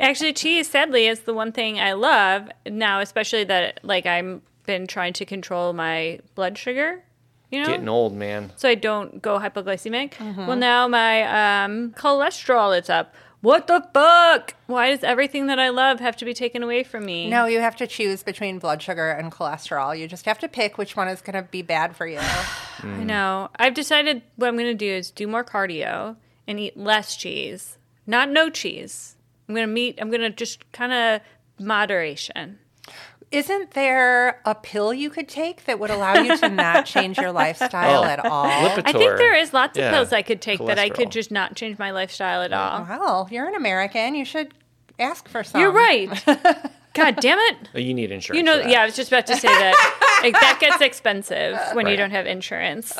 Speaker 1: Actually, cheese, sadly, is the one thing I love now, especially that like I'm been trying to control my blood sugar. You know,
Speaker 2: Getting old, man.
Speaker 1: so I don't go hypoglycemic. Well, now my um, cholesterol is up. What the fuck? Why does everything that I love have to be taken away from me?
Speaker 3: No, you have to choose between blood sugar and cholesterol. You just have to pick which one is going to be bad for you.
Speaker 1: I know. I've decided what I'm going to do is do more cardio and eat less cheese. Not no cheese. I'm going to meet, I'm going to just kind of moderation.
Speaker 3: Isn't there a pill you could take that would allow you to not change your lifestyle
Speaker 2: Oh.
Speaker 3: at all?
Speaker 2: Lipitor.
Speaker 1: I think there is lots of
Speaker 2: Yeah.
Speaker 1: pills I could take that I could
Speaker 2: Cholesterol.
Speaker 1: just not change my lifestyle at all.
Speaker 3: Well, you're an American. You should ask for some.
Speaker 1: You're right. God damn it.
Speaker 2: Oh, You need insurance.
Speaker 1: You know,
Speaker 2: for that.
Speaker 1: yeah, I was just about to say that. Like, that gets expensive when you
Speaker 2: Right.
Speaker 1: don't have insurance.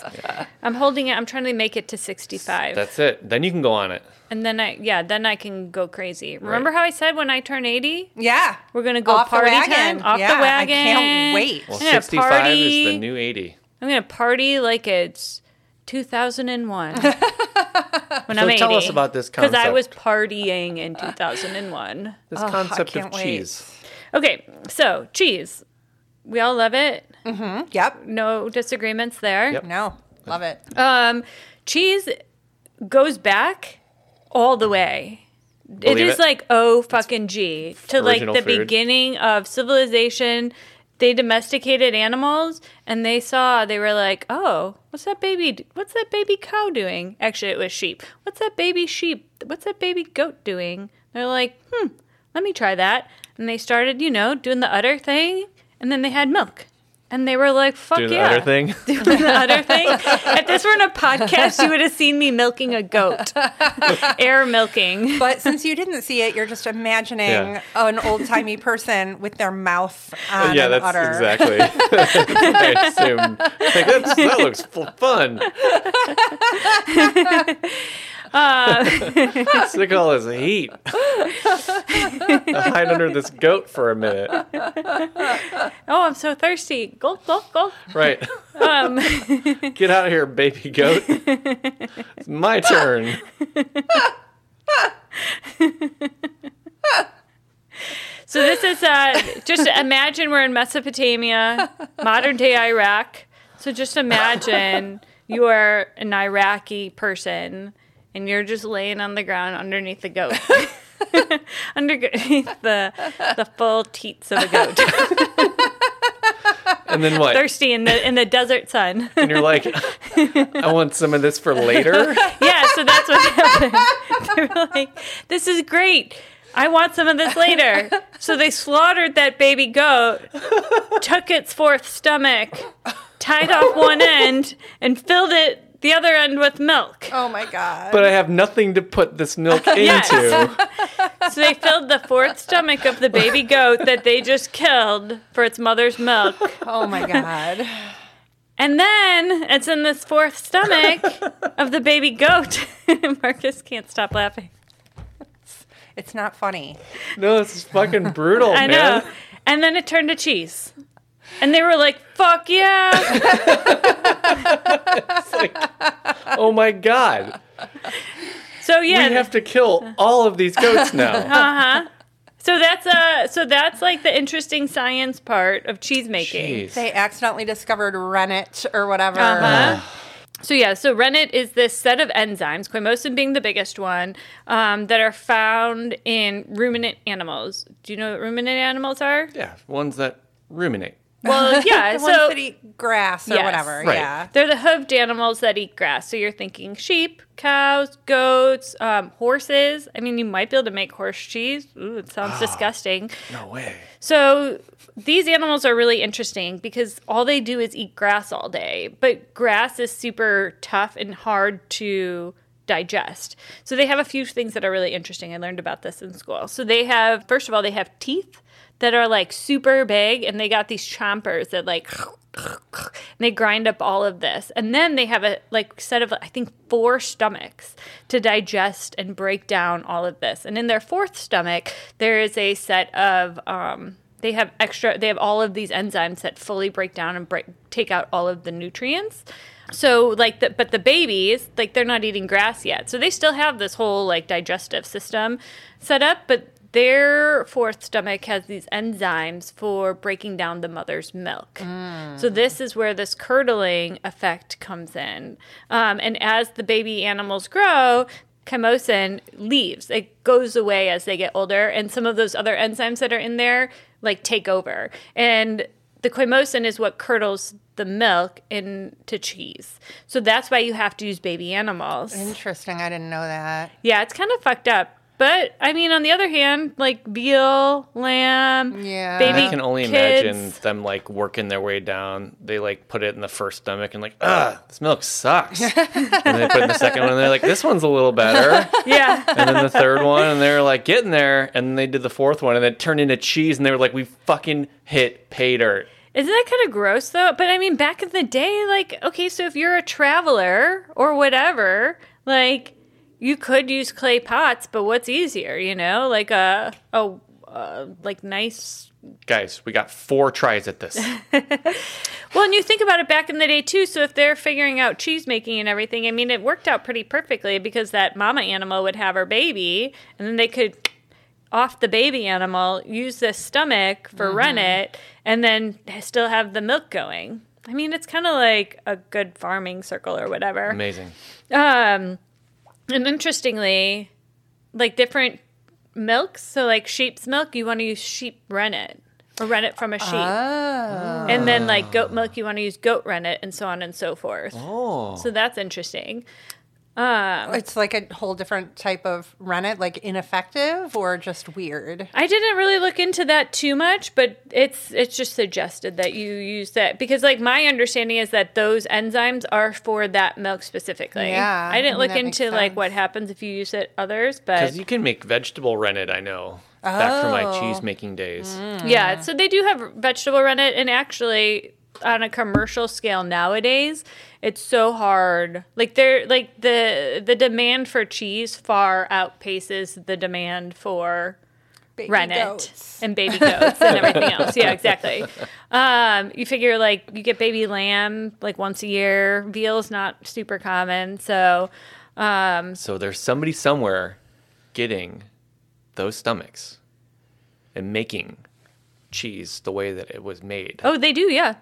Speaker 1: I'm holding it. I'm trying to make it to 65.
Speaker 2: That's it. Then you can go on it.
Speaker 1: and then I, yeah, then I can go crazy. Remember how I said when I turn 80,
Speaker 3: Yeah.
Speaker 1: we're going to go
Speaker 3: Off the
Speaker 1: party
Speaker 3: wagon.
Speaker 1: time off
Speaker 3: Yeah,
Speaker 1: the
Speaker 3: I
Speaker 1: wagon?
Speaker 3: can't wait.
Speaker 2: Well,
Speaker 1: I'm gonna
Speaker 2: 65
Speaker 1: party.
Speaker 2: is the new 80.
Speaker 1: I'm going to party like it's 2001. when I'm 80.
Speaker 2: tell us about this
Speaker 1: Because I was
Speaker 2: concept.
Speaker 1: partying in 2001.
Speaker 2: This
Speaker 3: Ugh, I
Speaker 2: concept of
Speaker 3: can't wait.
Speaker 2: cheese.
Speaker 1: Okay, so cheese. We all love it.
Speaker 3: Yep.
Speaker 1: No disagreements there.
Speaker 2: Yep.
Speaker 3: No. Love it.
Speaker 1: Um, cheese goes back all the way.
Speaker 2: Believe
Speaker 1: it is
Speaker 2: it.
Speaker 1: like oh fucking g to like
Speaker 2: original
Speaker 1: the
Speaker 2: food.
Speaker 1: beginning of civilization. They domesticated animals, and they saw they were like, oh, what's that baby? What's that baby cow doing? Actually, it was sheep. What's that baby sheep? What's that baby goat doing? They're like, hmm, let me try that. And they started, you know, doing the udder thing, and then they had milk. And they were like, fuck
Speaker 2: Doing
Speaker 1: yeah
Speaker 2: the other thing.
Speaker 1: doing the udder thing. If this were in a podcast, you would have seen me milking a goat, air milking.
Speaker 3: But since you didn't see it, you're just imagining
Speaker 2: Yeah.
Speaker 3: an old timey person with their mouth
Speaker 1: Uh,
Speaker 3: on
Speaker 2: yeah,
Speaker 3: an
Speaker 2: that's
Speaker 3: udder.
Speaker 2: exactly. I assume. Like, that's, that looks f- fun.
Speaker 1: Uh,
Speaker 2: Sick all his heat. Hide under this goat for a minute.
Speaker 1: Oh, I'm so thirsty. Gulp, gulp, gulp.
Speaker 2: Right.
Speaker 1: Um,
Speaker 2: Get out of here, baby goat. It's my turn.
Speaker 1: so this is uh, just imagine we're in Mesopotamia, modern day Iraq. So just imagine you are an Iraqi person and you're just laying on the ground underneath the goat. underneath the the full teats of a goat,
Speaker 2: And then what?
Speaker 1: thirsty in the in the desert sun.
Speaker 2: and you're like, I want some of this for later.
Speaker 1: Yeah, so that's what happened. they were like, "This is great. I want some of this later." So they slaughtered that baby goat, took its fourth stomach, tied off one end, and filled it the other end with milk.
Speaker 3: Oh my god.
Speaker 2: But I have nothing to put this milk into.
Speaker 1: Yes. So they filled the fourth stomach of the baby goat that they just killed for its mother's milk.
Speaker 3: oh my god.
Speaker 1: And then it's in this fourth stomach of the baby goat. Marcus can't stop laughing.
Speaker 3: It's not funny.
Speaker 2: No, this is fucking brutal,
Speaker 1: I
Speaker 2: man.
Speaker 1: know. And then it turned to cheese. And they were like, fuck yeah.
Speaker 2: Oh my god.
Speaker 1: So yeah.
Speaker 2: We have to kill all of these goats now.
Speaker 1: uh-huh. So that's uh so that's like the interesting science part of cheese making.
Speaker 2: Jeez.
Speaker 3: They accidentally discovered rennet or whatever.
Speaker 1: Uh-huh. So yeah, so rennet is this set of enzymes, chymosin being the biggest one, um, that are found in ruminant animals. Do you know what ruminant animals are?
Speaker 2: Yeah, ones that ruminate.
Speaker 1: Well, yeah.
Speaker 3: The
Speaker 1: so
Speaker 3: ones that eat grass or
Speaker 1: Yes.
Speaker 3: whatever.
Speaker 2: Right.
Speaker 3: Yeah.
Speaker 1: They're the hoofed animals that eat grass. So you're thinking sheep, cows, goats, um, horses. I mean, you might be able to make horse cheese. Ooh, it sounds disgusting.
Speaker 2: No way.
Speaker 1: So these animals are really interesting because all they do is eat grass all day. But grass is super tough and hard to digest. So they have a few things that are really interesting. I learned about this in school. So they have, first of all, they have teeth that are like super big and they got these chompers that like and they grind up all of this and then they have a like set of i think four stomachs to digest and break down all of this and in their fourth stomach there is a set of um, they have extra they have all of these enzymes that fully break down and break take out all of the nutrients so like the but the babies like they're not eating grass yet so they still have this whole like digestive system set up but their fourth stomach has these enzymes for breaking down the mother's milk. So this is where this curdling effect comes in. Um, and as the baby animals grow, chymosine leaves. It goes away as they get older, and some of those other enzymes that are in there like take over. And the chymosin is what curdles the milk into cheese. So that's why you have to use baby animals.
Speaker 3: Interesting. I didn't know that.
Speaker 1: Yeah, it's kind of fucked up. But I mean, on the other hand, like veal, lamb,
Speaker 3: Yeah.
Speaker 1: baby
Speaker 2: I can only
Speaker 1: kids.
Speaker 2: imagine them like working their way down. They like put it in the first stomach and like, ugh, this milk sucks. and they put in the second one and they're like, this one's a little better.
Speaker 1: Yeah.
Speaker 2: And then the third one and they're like getting there. And then they did the fourth one and then it turned into cheese and they were like, we fucking hit pay dirt.
Speaker 1: Isn't that kind of gross though? But I mean, back in the day, like, okay, so if you're a traveler or whatever, like, you could use clay pots, but what's easier, you know? Like a, a, uh, like nice.
Speaker 2: Guys, we got four tries at this.
Speaker 1: Well, and you think about it back in the day too. So if they're figuring out cheese making and everything, I mean, it worked out pretty perfectly because that mama animal would have her baby and then they could off the baby animal, use the stomach for rennet, and then still have the milk going. I mean, it's kind of like a good farming circle or whatever.
Speaker 2: Amazing.
Speaker 1: Um, and interestingly, like different milks, so like sheep's milk, you want to use sheep rennet or rennet from a sheep.
Speaker 3: Oh.
Speaker 1: And then like goat milk, you want to use goat rennet and so on and so forth.
Speaker 2: Oh.
Speaker 1: So that's interesting. Um,
Speaker 3: It's like a whole different type of rennet, like ineffective or just weird.
Speaker 1: I didn't really look into that too much, but it's it's just suggested that you use that because like my understanding is that those enzymes are for that milk specifically.
Speaker 3: Yeah,
Speaker 1: I didn't
Speaker 3: I mean,
Speaker 1: look
Speaker 3: that makes
Speaker 1: into like
Speaker 3: sense.
Speaker 1: what happens if you use it others, but
Speaker 2: Because you can make vegetable rennet, I know. Back from my
Speaker 3: Oh.
Speaker 2: cheese making days.
Speaker 3: Uh.
Speaker 1: yeah, so they do have vegetable rennet and actually on a commercial scale nowadays, it's so hard. Like they're like the the demand for cheese far outpaces the demand for
Speaker 3: Baby
Speaker 1: rennet
Speaker 3: goats.
Speaker 1: and baby goats and everything else. Yeah, exactly. Um, you figure like you get baby lamb like once a year. Veal's not super common, so um,
Speaker 2: So there's somebody somewhere getting those stomachs and making cheese the way that it was made.
Speaker 1: oh, they do, yeah,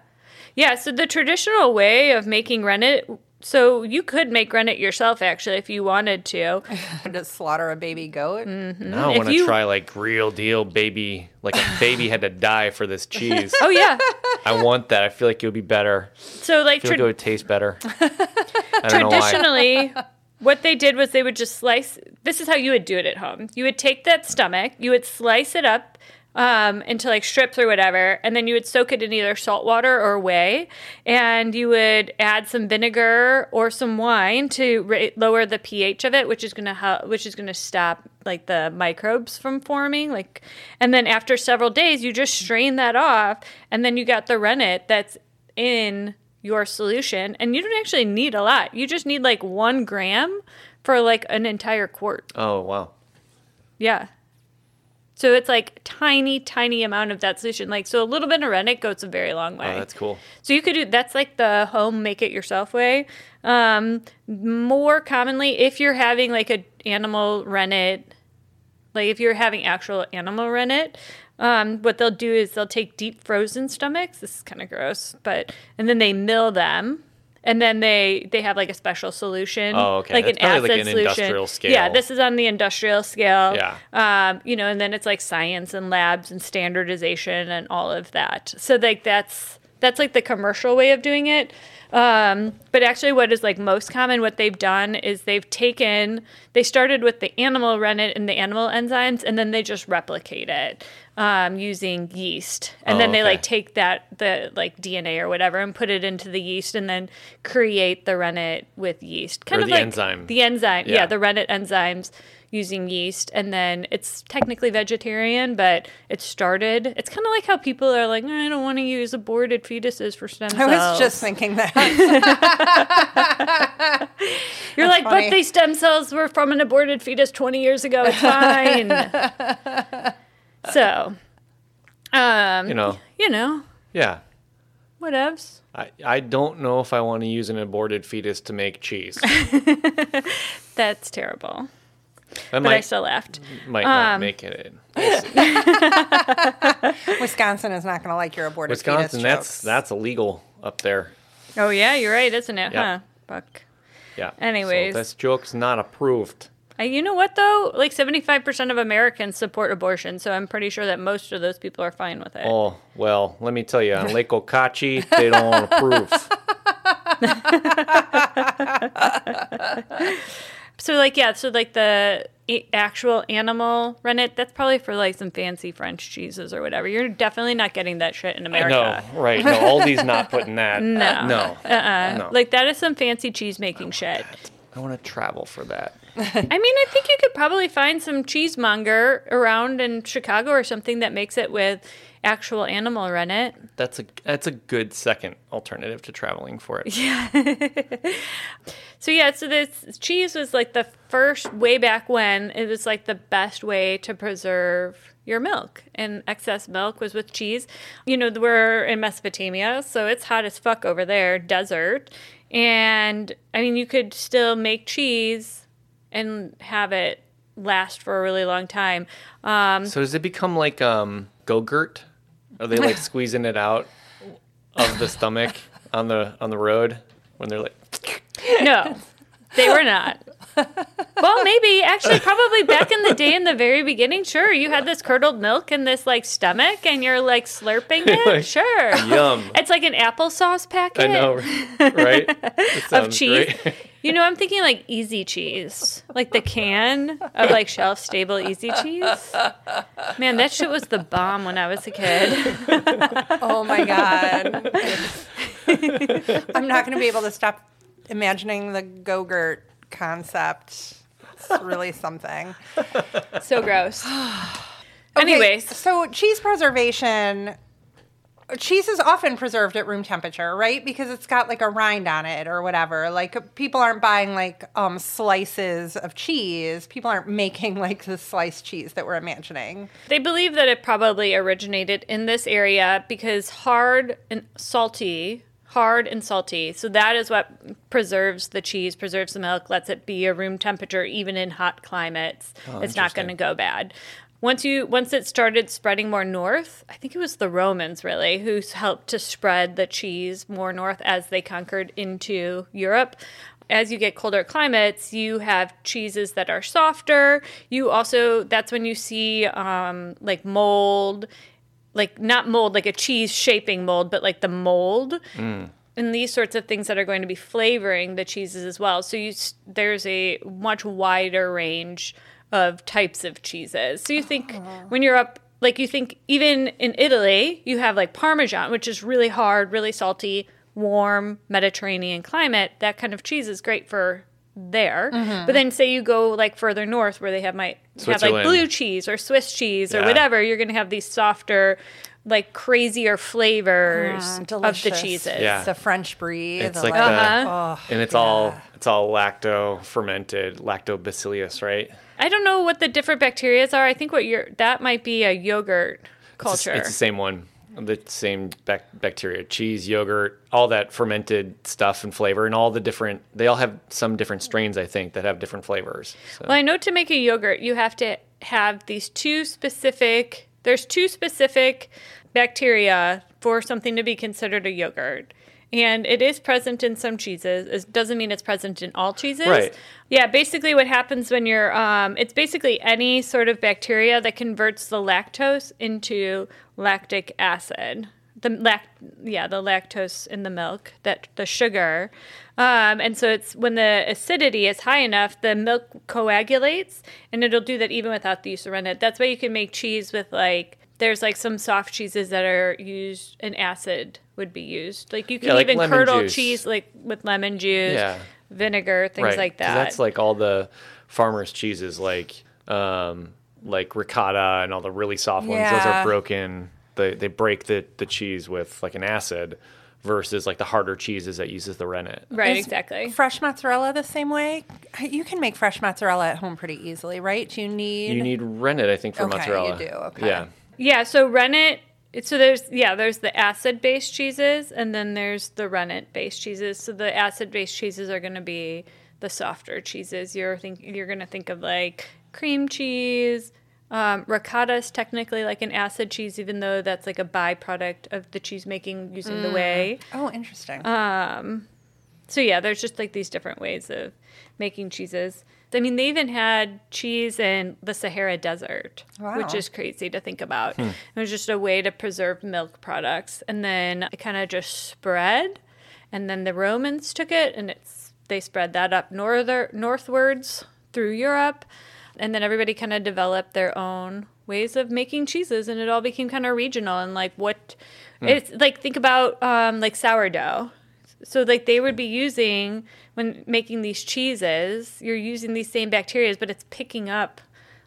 Speaker 1: yeah. So the traditional way of making rennet. So you could make rennet yourself actually if you wanted to.
Speaker 3: To slaughter a baby goat.
Speaker 2: now I
Speaker 1: if
Speaker 2: want to
Speaker 1: you-
Speaker 2: try like real deal baby, like a baby had to die for this cheese.
Speaker 1: Oh yeah.
Speaker 2: I want that. I feel like it would be better.
Speaker 1: So like
Speaker 2: I feel like it
Speaker 1: tra-
Speaker 2: would taste better. I don't know why.
Speaker 1: traditionally what they did was they would just slice this is how you would do it at home you would take that stomach you would slice it up um, into like strips or whatever and then you would soak it in either salt water or whey and you would add some vinegar or some wine to ra- lower the ph of it which is going to help which is going to stop like the microbes from forming like and then after several days you just strain that off and then you got the rennet that's in your solution and you don't actually need a lot you just need like one gram for like an entire quart
Speaker 2: Oh wow.
Speaker 1: yeah so it's like tiny tiny amount of that solution like so a little bit of rennet goes a very long way
Speaker 2: Oh, that's cool.
Speaker 1: so you could do that's like the home make it yourself way. Um, more commonly, if you're having like a animal rennet, like if you're having actual animal rennet, um, what they'll do is they'll take deep frozen stomachs. This is kind of gross, but and then they mill them. And then they they have like a special solution,
Speaker 2: Oh, okay.
Speaker 1: like
Speaker 2: That's
Speaker 1: an
Speaker 2: probably,
Speaker 1: acid
Speaker 2: like, an
Speaker 1: solution.
Speaker 2: industrial scale.
Speaker 1: Yeah, this is on the industrial scale.
Speaker 2: Yeah.
Speaker 1: Um, you know, and then it's like science and labs and standardization and all of that. So like that's that's like the commercial way of doing it. Um, but actually what is like most common what they've done is they've taken they started with the animal rennet and the animal enzymes and then they just replicate it um, using yeast. And
Speaker 2: Oh,
Speaker 1: then they
Speaker 2: okay.
Speaker 1: like take that the like DNA or whatever and put it into the yeast and then create the rennet with yeast. Kind
Speaker 2: Or
Speaker 1: of
Speaker 2: the
Speaker 1: like
Speaker 2: enzyme.
Speaker 1: the enzyme. Yeah.
Speaker 2: Yeah.
Speaker 1: the rennet enzymes using yeast, and then it's technically vegetarian, but it started. It's kind of like how people are like, I don't want to use aborted fetuses for stem
Speaker 3: I
Speaker 1: cells.
Speaker 3: was just thinking that.
Speaker 1: you're like,
Speaker 3: funny.
Speaker 1: but these stem cells were from an aborted fetus 20 years ago. It's fine. so, um,
Speaker 2: You know.
Speaker 1: you know,
Speaker 2: Yeah.
Speaker 1: whatevs.
Speaker 2: I, I don't know if I want to use an aborted fetus to make cheese.
Speaker 1: That's terrible,
Speaker 2: That
Speaker 1: but I um,
Speaker 2: might,
Speaker 1: still laughed.
Speaker 2: might not make it.
Speaker 3: Wisconsin is not going to like your aborted
Speaker 2: Wisconsin,
Speaker 3: fetus
Speaker 2: that's
Speaker 3: jokes.
Speaker 2: that's illegal up there.
Speaker 1: Oh yeah, you're right, isn't it?
Speaker 2: Yeah.
Speaker 1: Huh? Fuck.
Speaker 2: Yeah. So
Speaker 1: Anyways.
Speaker 2: this joke's not approved.
Speaker 1: Uh, You know what though? Like seventy five percent of Americans support abortion, so I'm pretty sure that most of those people are fine with it.
Speaker 2: Oh, well, let me tell you, on Lake Okochee, they don't approve.
Speaker 1: So like yeah, so like the a- actual animal rennet, that's probably for like some fancy French cheeses or whatever. You're definitely not getting that shit in America.
Speaker 2: No, right. No, Aldi's not putting that.
Speaker 1: No.
Speaker 2: No. Uh-uh. no.
Speaker 1: Like that is some fancy cheese making shit.
Speaker 2: I want to travel for that.
Speaker 1: I mean, I think you could probably find some cheesemonger around in Chicago or something that makes it with actual animal rennet.
Speaker 2: That's a that's a good second alternative to traveling for it.
Speaker 1: So yeah, so this cheese was like the first way back when it was like the best way to preserve your milk, and excess milk was with cheese. You know, we're in Mesopotamia, so it's hot as fuck over there, desert, and I mean, you could still make cheese and have it last for a really long time. Um,
Speaker 2: So does it become like um go-gurt? Are they like squeezing it out of the stomach on the on the road when they're like
Speaker 1: No, they were not. Well, maybe actually, probably back in the day, in the very beginning, sure, you had this curdled milk in this like stomach, and you're like slurping it.
Speaker 2: Like,
Speaker 1: sure,
Speaker 2: yum.
Speaker 1: It's like an applesauce packet
Speaker 2: I know, right? It
Speaker 1: of
Speaker 2: sounds
Speaker 1: cheese.
Speaker 2: great.
Speaker 1: You know, I'm thinking like easy cheese, like the can of like shelf stable easy cheese. Man, that shit was the bomb when I was a kid.
Speaker 3: Oh my god. I'm not going to be able to stop imagining the go-gurt concept. It's really something.
Speaker 1: So gross.
Speaker 3: Okay,
Speaker 1: Anyways,
Speaker 3: so cheese preservation. Cheese is often preserved at room temperature, right? Because it's got like a rind on it or whatever. Like people aren't buying like um, slices of cheese. People aren't making like the sliced cheese that we're imagining.
Speaker 1: They believe that it probably originated in this area because hard and salty, hard and salty. So that is what preserves the cheese, preserves the milk, lets it be a room temperature even in hot climates. it's not
Speaker 2: interesting.
Speaker 1: going to go bad. Once you once it started spreading more north, I think it was the Romans really who s- helped to spread the cheese more north as they conquered into Europe. As you get colder climates, you have cheeses that are softer. You also that's when you see um, like mold, like not mold like a cheese shaping mold, but like the mold and these sorts of things that are going to be flavoring the cheeses as well. So you s- there's a much wider range of types of cheeses. So you think when you're up like you think even in Italy, you have like parmesan, which is really hard, really salty, warm Mediterranean climate. That kind of cheese is great for there. But then say you go like further north where they have my have like
Speaker 2: Switzerland.
Speaker 1: blue cheese or Swiss cheese or
Speaker 2: Yeah.
Speaker 1: whatever, you're going to have these softer like crazier flavors of the
Speaker 3: Ah, delicious.
Speaker 1: cheeses.
Speaker 2: Yeah.
Speaker 3: The French brie.
Speaker 2: It's
Speaker 3: the
Speaker 2: like the
Speaker 3: oh,
Speaker 1: Uh-huh.
Speaker 2: and it's all it's all lacto fermented, lactobacillus, right?
Speaker 1: I don't know what the different bacterias are. I think what you're that might be a yogurt
Speaker 2: It's the-
Speaker 1: culture.
Speaker 2: It's the same one. The same bac- bacteria, cheese, yogurt, all that fermented stuff and flavor, and all the different. They all have some different strains, I think, that have different flavors. So,
Speaker 1: well, I know to make a yogurt, you have to have these two specific. There's two specific bacteria for something to be considered a yogurt. And it is present in some cheeses. It doesn't mean it's present in all cheeses.
Speaker 2: Right.
Speaker 1: Yeah, basically, what happens when you're, um, it's basically any sort of bacteria that converts the lactose into lactic acid. The lact, yeah, the lactose in the milk, that the sugar, um, and so it's when the acidity is high enough, the milk coagulates, and it'll do that even without the use of rennet. That's why you can make cheese with like there's like some soft cheeses that are used, and acid would be used. Like you can
Speaker 2: Yeah, like
Speaker 1: even
Speaker 2: lemon
Speaker 1: curdle
Speaker 2: juice.
Speaker 1: cheese like with lemon juice,
Speaker 2: Yeah.
Speaker 1: vinegar, things
Speaker 2: right,
Speaker 1: like
Speaker 2: 'cause
Speaker 1: that.
Speaker 2: That's like all the farmers' cheeses, like um, like ricotta and all the really soft ones. Those
Speaker 3: Yeah.
Speaker 2: are broken. They they break the the cheese with like an acid, versus like the harder cheeses that uses the rennet.
Speaker 1: right,
Speaker 3: Is
Speaker 1: exactly.
Speaker 3: Fresh mozzarella the same way. You can make fresh mozzarella at home pretty easily, right? Do you need?
Speaker 2: You need rennet, I think, for
Speaker 3: Okay, you
Speaker 2: mozzarella.
Speaker 3: do, okay.
Speaker 2: Yeah.
Speaker 1: Yeah, so rennet. So there's yeah, there's the acid-based cheeses, and then there's the rennet-based cheeses. So the acid-based cheeses are going to be the softer cheeses. You're think you're going to think of like cream cheese. Um, ricotta is technically like an acid cheese, even though that's like a byproduct of the cheese making using the whey.
Speaker 3: oh,
Speaker 1: Uh,
Speaker 3: interesting.
Speaker 1: So yeah, there's just like these different ways of making cheeses. I mean, they even had cheese in the Sahara Desert,
Speaker 3: Wow.
Speaker 1: which is crazy to think about. It was just a way to preserve milk products, and then it kind of just spread. And then the Romans took it, and it's they spread that up norther northwards through Europe, and then everybody kind of developed their own ways of making cheeses, and it all became kind of regional. And like what, it's like think about um, like sourdough. So like they would be using when making these cheeses, you're using these same bacteria, but it's picking up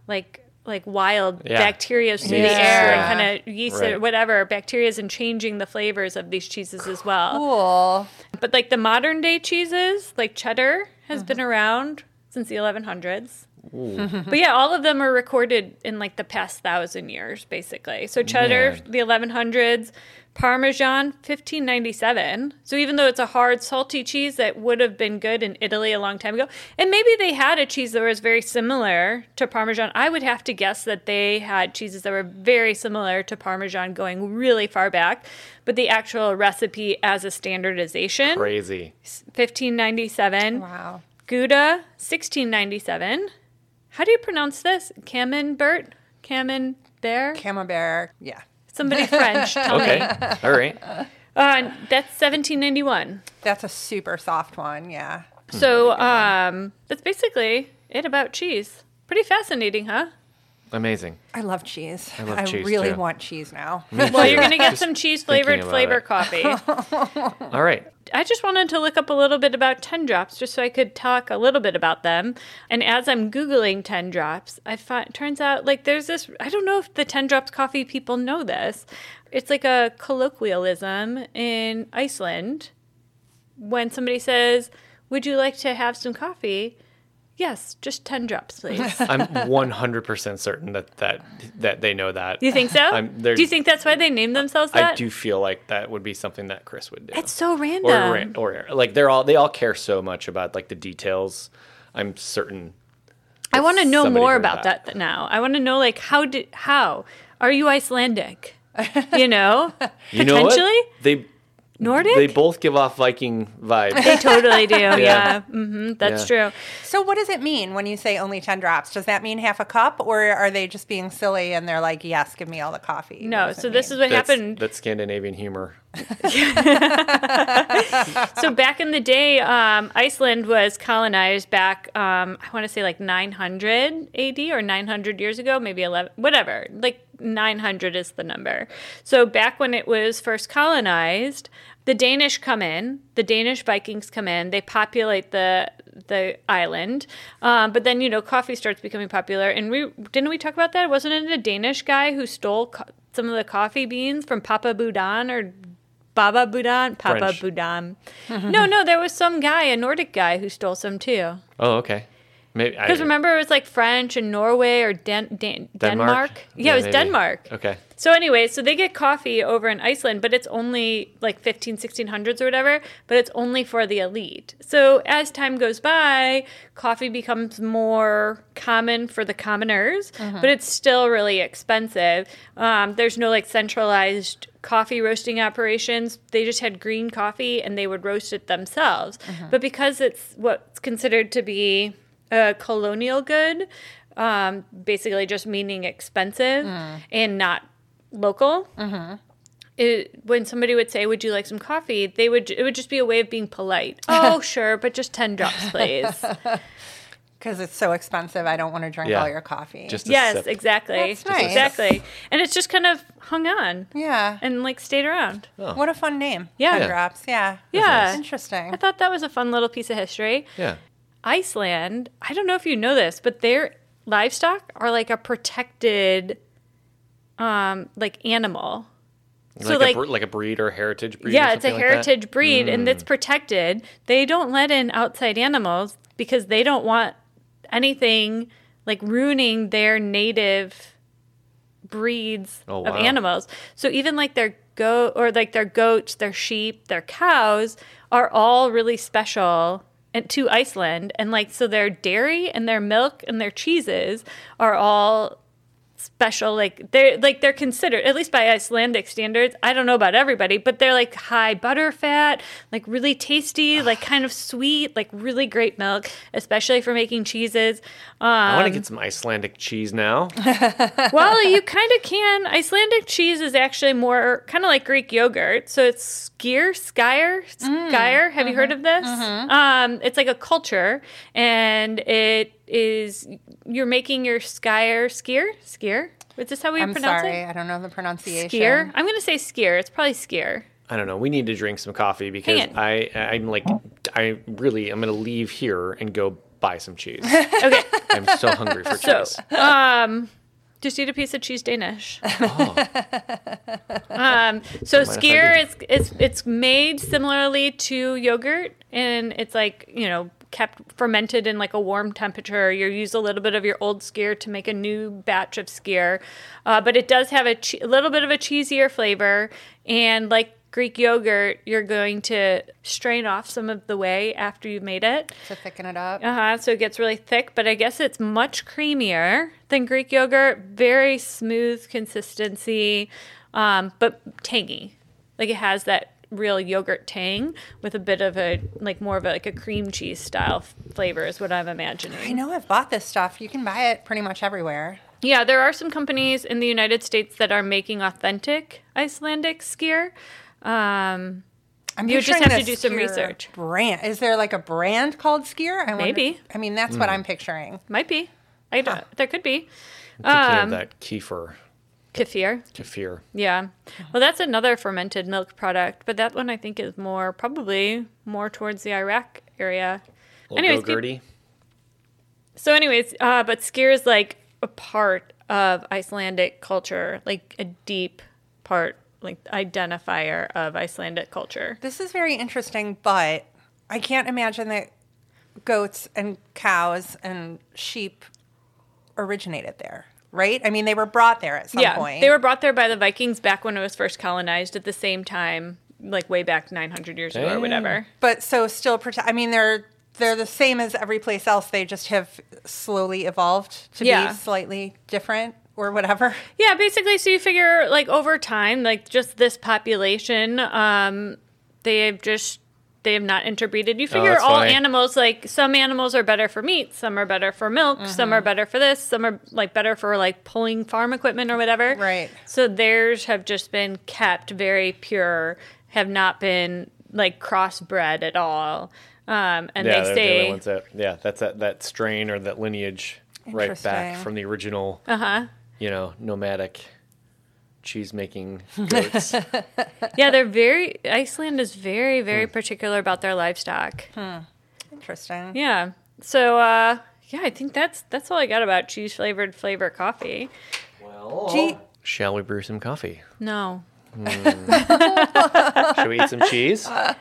Speaker 1: like like wild
Speaker 2: Yeah.
Speaker 1: bacteria through
Speaker 2: Yeast,
Speaker 1: the air
Speaker 2: yeah.
Speaker 1: and kind of yeast or
Speaker 2: Right.
Speaker 1: whatever bacteria and changing the flavors of these cheeses as well.
Speaker 3: Cool.
Speaker 1: But like the modern day cheeses, like cheddar has been around since the 1100s. but yeah, all of them are recorded in like the past thousand years, basically. So cheddar,
Speaker 2: Man.
Speaker 1: the 1100s, Parmesan, 1597. So even though it's a hard, salty cheese that would have been good in Italy a long time ago, and maybe they had a cheese that was very similar to Parmesan. I would have to guess that they had cheeses that were very similar to Parmesan going really far back, but the actual recipe as a standardization,
Speaker 2: Crazy.
Speaker 3: Oh
Speaker 1: 1597.
Speaker 3: Wow.
Speaker 1: Gouda, 1697. How do you pronounce this? Camembert? Camembert?
Speaker 3: Camembert. Yeah.
Speaker 1: Somebody French. Tell me.
Speaker 2: Okay. All right.
Speaker 1: Uh, that's 1791.
Speaker 3: That's a super soft one. Yeah.
Speaker 1: So um, that's basically it about cheese. Pretty fascinating, huh?
Speaker 2: Amazing.
Speaker 3: I love cheese. I
Speaker 2: love cheese,
Speaker 3: really
Speaker 2: too.
Speaker 3: want cheese now.
Speaker 1: Well, you're going to get
Speaker 2: Just
Speaker 1: some cheese
Speaker 2: thinking
Speaker 1: flavored
Speaker 2: about
Speaker 1: flavor
Speaker 2: it.
Speaker 1: coffee.
Speaker 2: All right.
Speaker 1: I just wanted to look up a little bit about 10 drops just so I could talk a little bit about them. And as I'm Googling 10 drops, I find turns out like there's this I don't know if the 10 drops coffee people know this. It's like a colloquialism in Iceland when somebody says, Would you like to have some coffee? Yes, just 10 drops, please.
Speaker 2: I'm 100% certain that that that they know that.
Speaker 1: You think so?
Speaker 2: I'm- they're-
Speaker 1: Do you think that's why they named themselves that?
Speaker 2: I do feel like that would be something that Chris would do.
Speaker 1: It's so
Speaker 2: or
Speaker 1: random.
Speaker 2: ran- or like they're all they all care so much about like the details. I'm certain.
Speaker 1: I want to know
Speaker 2: somebody
Speaker 1: more
Speaker 2: heard
Speaker 1: about that.
Speaker 2: that.
Speaker 1: th- now. I want to know like how did how are you Icelandic? You know,
Speaker 2: You know what?
Speaker 1: potentially
Speaker 2: They
Speaker 1: Nordic.
Speaker 2: they
Speaker 1: They,
Speaker 2: both give off Viking vibes.
Speaker 1: totally do. yeah, hmm that's true.
Speaker 3: So, what does it mean when you say only 10 drops? Does that mean half a cup, or are they just being silly and they're like, yes, give me all the coffee? What
Speaker 1: No,
Speaker 3: does
Speaker 1: so
Speaker 3: it
Speaker 1: this
Speaker 3: mean?
Speaker 1: is what
Speaker 2: That's,
Speaker 1: happened.
Speaker 2: that's Scandinavian humor.
Speaker 1: So back in the day, um, Iceland was colonized back. Um, I want to say like 900 AD or 900 years ago, maybe 11, whatever. Like 900 is the number. So back when it was first colonized, the Danish come in. The Danish Vikings come in. They populate the the island. Um, but then you know, coffee starts becoming popular. And we didn't we talk about that? Wasn't it a Danish guy who stole co- some of the coffee beans from Papa Budan or Baba Budan? Papa
Speaker 2: French.
Speaker 1: Budan. no, no, there was some guy, a Nordic guy, who stole some too.
Speaker 2: Oh, okay. Maybe I,
Speaker 1: Because remember, it was like French and Norway or Den- Dan- Denmark. Yeah, it was
Speaker 2: maybe.
Speaker 1: Denmark.
Speaker 2: Okay.
Speaker 1: So anyway, so they get coffee over in Iceland, but it's only like 15, 1600s or whatever, but it's only for the elite. So as time goes by, coffee becomes more common for the commoners, but it's still really expensive. Um, there's no like centralized coffee roasting operations. They just had green coffee and they would roast it themselves. But because it's what's considered to be a colonial good, um, basically just meaning expensive
Speaker 3: Mm.
Speaker 1: and not local.
Speaker 3: Mm-hmm.
Speaker 1: It, when somebody would say, "Would you like some coffee?" they would it would just be a way of being polite. Oh, sure, but just ten drops, please.
Speaker 3: because it's so expensive. I don't want to drink
Speaker 2: Yeah.
Speaker 3: all your coffee.
Speaker 2: Just a
Speaker 1: yes,
Speaker 2: sip.
Speaker 1: exactly,
Speaker 3: That's nice.
Speaker 1: exactly. And it's just kind of hung on
Speaker 3: yeah.
Speaker 1: and like stayed around.
Speaker 3: What a fun name.
Speaker 1: Yeah.
Speaker 3: 10
Speaker 1: Yeah.
Speaker 3: drops. Yeah.
Speaker 1: Yeah.
Speaker 3: Interesting.
Speaker 1: I thought that was a fun little piece of history.
Speaker 2: Yeah.
Speaker 1: Iceland, I don't know if you know this, but their livestock are like a protected um like animal. So,
Speaker 2: like,
Speaker 1: like-
Speaker 2: a, bre- like a breed or heritage breed. or
Speaker 1: yeah, it's a
Speaker 2: something like that? Mm.
Speaker 1: heritage breed and it's protected. They don't let in outside animals because they don't want anything like ruining their native breeds
Speaker 2: Oh,
Speaker 1: of
Speaker 2: wow.
Speaker 1: animals. So even like their goat or like their goats, their sheep, their cows are all really special and to Iceland and like so their dairy and their milk and their cheeses are all special like they're like they're considered at least by icelandic standards i don't know about everybody but they're like high butter fat like really tasty like kind of sweet like really great milk especially for making cheeses
Speaker 2: I
Speaker 1: um,
Speaker 2: want to get some Icelandic cheese now.
Speaker 1: well you kind of can icelandic cheese is actually more kind of like greek yogurt so it's skyr skyr
Speaker 3: Mm.
Speaker 1: skyr have you heard
Speaker 3: Mm-hmm.
Speaker 1: of this um, it's like a culture and it is you're making your skyr skyr skyr is this how we
Speaker 3: I'm
Speaker 1: pronounce it
Speaker 3: sorry, I don't know the pronunciation.
Speaker 1: Skier. I'm gonna say skier. It's probably skier.
Speaker 2: I don't know. We need to drink some coffee because
Speaker 1: Hang on.
Speaker 2: I I'm like I really I'm gonna leave here and go buy some cheese.
Speaker 1: Okay.
Speaker 2: I'm so hungry for
Speaker 1: So,
Speaker 2: cheese.
Speaker 1: um, just eat a piece of cheese Danish. um, so
Speaker 2: Oh. if I
Speaker 1: skier
Speaker 2: do?
Speaker 1: is it's it's made similarly to yogurt, and it's like you know kept fermented in like a warm temperature. You use a little bit of your old skier to make a new batch of skier, uh, but it does have a che- little bit of a cheesier flavor, and like. Greek yogurt, you're going to strain off some of the whey after you've made it.
Speaker 3: To thicken it up.
Speaker 1: Uh huh. So it gets really thick, but I guess it's much creamier than Greek yogurt. Very smooth consistency, um, but tangy. Like it has that real yogurt tang with a bit of a like more of a, like a cream cheese style f- flavor is what I'm
Speaker 3: I
Speaker 1: imagining.
Speaker 3: know I've bought this stuff. You can buy it pretty much everywhere.
Speaker 1: Yeah, there are some companies in the United States that are making authentic Icelandic skier. Um,
Speaker 3: I'm
Speaker 1: You would just
Speaker 3: picturing
Speaker 1: have to
Speaker 3: this
Speaker 1: do some
Speaker 3: Skier
Speaker 1: research.
Speaker 3: Brand is there like a brand called Skier? I wonder-
Speaker 1: Maybe.
Speaker 3: I mean, that's what I'm picturing.
Speaker 1: might be. I don't. There could be
Speaker 2: Thinking
Speaker 1: um,
Speaker 2: of that kefir,
Speaker 1: kefir.
Speaker 2: kefir.
Speaker 1: Yeah. Well, that's another fermented milk product, but that one I think is more probably more towards the Iraq area.
Speaker 2: A
Speaker 1: Anyways,
Speaker 2: little
Speaker 1: peop-
Speaker 2: gurdy.
Speaker 1: so anyways, uh, but skyr is like a part of Icelandic culture, like a deep part, like identifier of Icelandic culture.
Speaker 3: This is very interesting, but I can't imagine that goats and cows and sheep originated there, right? I mean, they were brought there at some
Speaker 1: yeah,
Speaker 3: point.
Speaker 1: they were brought there by the Vikings back when it was first colonized at the same time, like way back 900 years ago
Speaker 2: Yeah.
Speaker 1: or whatever.
Speaker 3: but so still protect. I mean, they're they're the same as every place else. They just have slowly evolved to
Speaker 1: Yeah.
Speaker 3: be slightly different or whatever.
Speaker 1: Yeah, basically. So you figure, like, over time, like, just this population, um, they have just, they have not interbreeded. You figure
Speaker 2: Oh, that's
Speaker 1: all
Speaker 2: funny.
Speaker 1: animals, like, some animals are better for meat, some are better for milk, some are better for this, some are, like, better for, like, pulling farm equipment or whatever.
Speaker 3: Right.
Speaker 1: So theirs have just been kept very pure, have not been, like, crossbred at all. Um, and
Speaker 2: Yeah,
Speaker 1: they
Speaker 2: they're the
Speaker 1: stay.
Speaker 2: only ones that yeah, that's that that strain or that lineage right back
Speaker 3: Interesting.
Speaker 2: from the original,
Speaker 1: Uh huh.
Speaker 2: you know, nomadic cheese making goats.
Speaker 1: Yeah, they're very, Iceland is very, very
Speaker 2: Hmm.
Speaker 1: particular about their livestock.
Speaker 3: Interesting.
Speaker 1: Yeah. So uh yeah, I think that's that's all I got about cheese flavored flavor coffee.
Speaker 2: well,
Speaker 3: Gee-
Speaker 2: shall we brew some coffee?
Speaker 1: No.
Speaker 2: Shall we eat some cheese?
Speaker 1: Uh.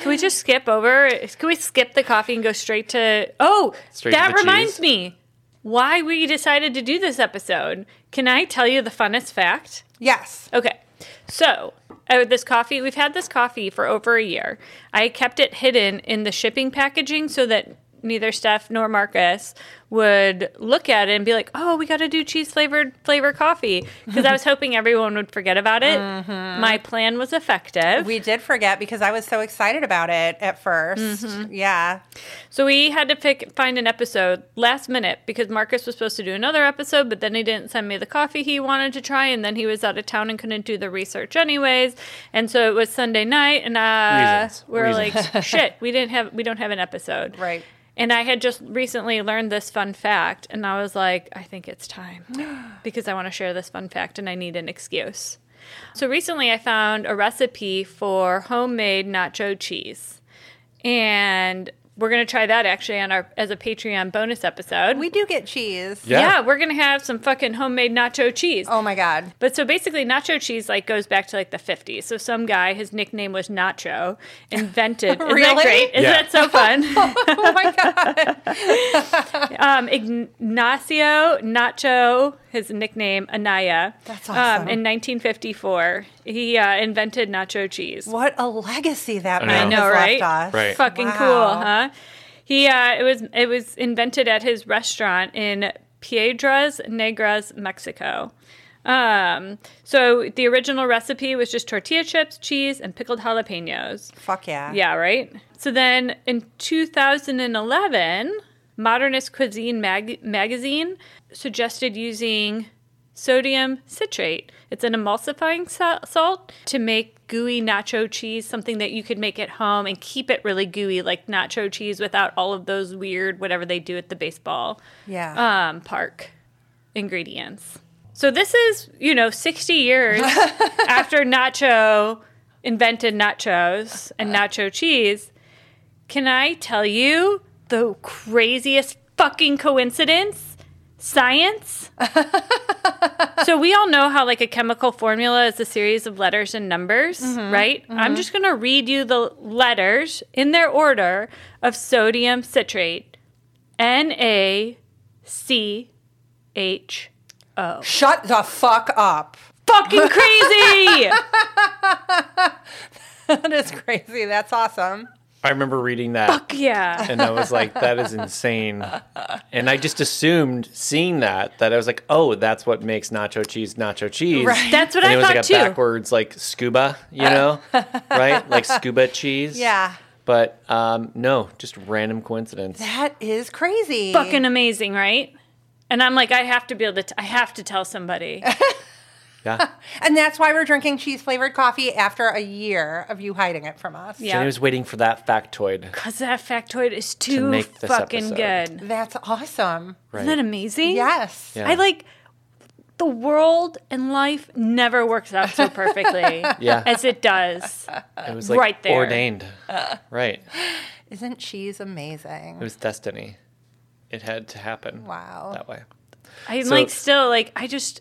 Speaker 1: Can we just skip over? Can we skip the coffee and go straight to Oh,
Speaker 2: Straight to
Speaker 1: that
Speaker 2: the
Speaker 1: reminds
Speaker 2: cheese?
Speaker 1: me why we decided to do this episode. Can I tell you the funnest fact?
Speaker 3: Yes.
Speaker 1: Okay. So, uh, this coffee, we've had this coffee for over a year. I kept it hidden in the shipping packaging so that neither Steph nor Marcus would look at it and be like, oh, we got to do cheese flavored flavor coffee. Because I was hoping everyone would forget about it. My plan was effective.
Speaker 3: We did forget because I was so excited about it at 1st
Speaker 1: Mm-hmm.
Speaker 3: Yeah.
Speaker 1: So we had to pick find an episode last minute because Marcus was supposed to do another episode, but then he didn't send me the coffee he wanted to try, and then he was out of town and couldn't do the research anyways. And so it was Sunday night, and uh,
Speaker 2: Reasons.
Speaker 1: we we're
Speaker 2: Reasons.
Speaker 1: like, shit, we didn't have we don't have an episode,
Speaker 3: Right.
Speaker 1: And I had just recently learned this fun fact, and I was like, I think it's time because I want to share this fun fact, and I need an excuse. So recently, I found a recipe for homemade nacho cheese and we're gonna try that actually on our as a Patreon bonus episode.
Speaker 3: We do get cheese.
Speaker 2: Yeah.
Speaker 1: we're gonna have some fucking homemade nacho cheese.
Speaker 3: Oh my god.
Speaker 1: But so basically, nacho cheese like goes back to like the 50s. So some guy, his nickname was Nacho, invented. Isn't that
Speaker 3: Really?
Speaker 1: great? Isn't
Speaker 2: Yeah.
Speaker 1: that so fun?
Speaker 3: Oh my god.
Speaker 1: um, Ignacio Nacho, his nickname Anaya.
Speaker 3: That's
Speaker 1: Um,
Speaker 3: awesome.
Speaker 1: in 1954, he uh, invented nacho cheese.
Speaker 3: what a legacy that
Speaker 2: know.
Speaker 3: man
Speaker 2: I know,
Speaker 3: has
Speaker 1: right?
Speaker 3: left us.
Speaker 2: Right.
Speaker 1: Fucking
Speaker 3: Wow.
Speaker 1: cool, huh? He uh, it was it was invented at his restaurant in Piedras Negras, Mexico. Um, so the original recipe was just tortilla chips, cheese, and pickled jalapenos.
Speaker 3: Fuck yeah.
Speaker 1: Yeah, right? So then in 2011, Modernist Cuisine mag- magazine suggested using sodium citrate. It's an emulsifying sa- salt to make gooey nacho cheese, something that you could make at home and keep it really gooey, like nacho cheese without all of those weird, whatever they do at the baseball
Speaker 3: Yeah.
Speaker 1: um, park ingredients. So this is, you know, 60 years after Nacho invented nachos and nacho cheese. Can I tell you the craziest fucking coincidence? Science. so we all know how like a chemical formula is a series of letters and numbers, right? I'm just going to read you the letters in their order of sodium citrate. N A C H.
Speaker 3: Shut the fuck up.
Speaker 1: Fucking crazy!
Speaker 3: that is crazy. That's awesome.
Speaker 2: I remember reading that.
Speaker 1: yeah.
Speaker 2: and I was like, "That is insane," and I just assumed, seeing that, that I was like, "Oh, that's what makes nacho cheese nacho cheese."
Speaker 3: Right.
Speaker 1: That's what
Speaker 2: and
Speaker 1: I
Speaker 2: it was
Speaker 1: thought
Speaker 2: like a
Speaker 1: too.
Speaker 2: backwards, like scuba, you know, right? Like scuba cheese.
Speaker 3: Yeah.
Speaker 2: But um, no, just random coincidence.
Speaker 3: That is crazy.
Speaker 1: Fucking amazing, right? And I'm like, I have to be able to, t- I have to tell somebody.
Speaker 2: Yeah.
Speaker 3: And that's why we're drinking cheese flavored coffee after a year of you hiding it from us.
Speaker 1: Yeah.
Speaker 2: Jenny was waiting for that factoid.
Speaker 1: Because that factoid is too
Speaker 2: make this
Speaker 1: fucking
Speaker 2: episode.
Speaker 1: good.
Speaker 3: That's awesome.
Speaker 2: Right.
Speaker 1: Isn't that amazing?
Speaker 3: Yes.
Speaker 2: Yeah.
Speaker 1: I like, the world and life never works out so perfectly
Speaker 2: Yeah.
Speaker 1: as it does.
Speaker 2: It was like
Speaker 1: right there. Uh.
Speaker 2: ordained. Right.
Speaker 3: Isn't cheese
Speaker 2: It
Speaker 3: amazing?
Speaker 2: was destiny. It had to happen.
Speaker 3: Wow.
Speaker 2: That way.
Speaker 1: I'm
Speaker 2: So-
Speaker 1: like, still, like, I just,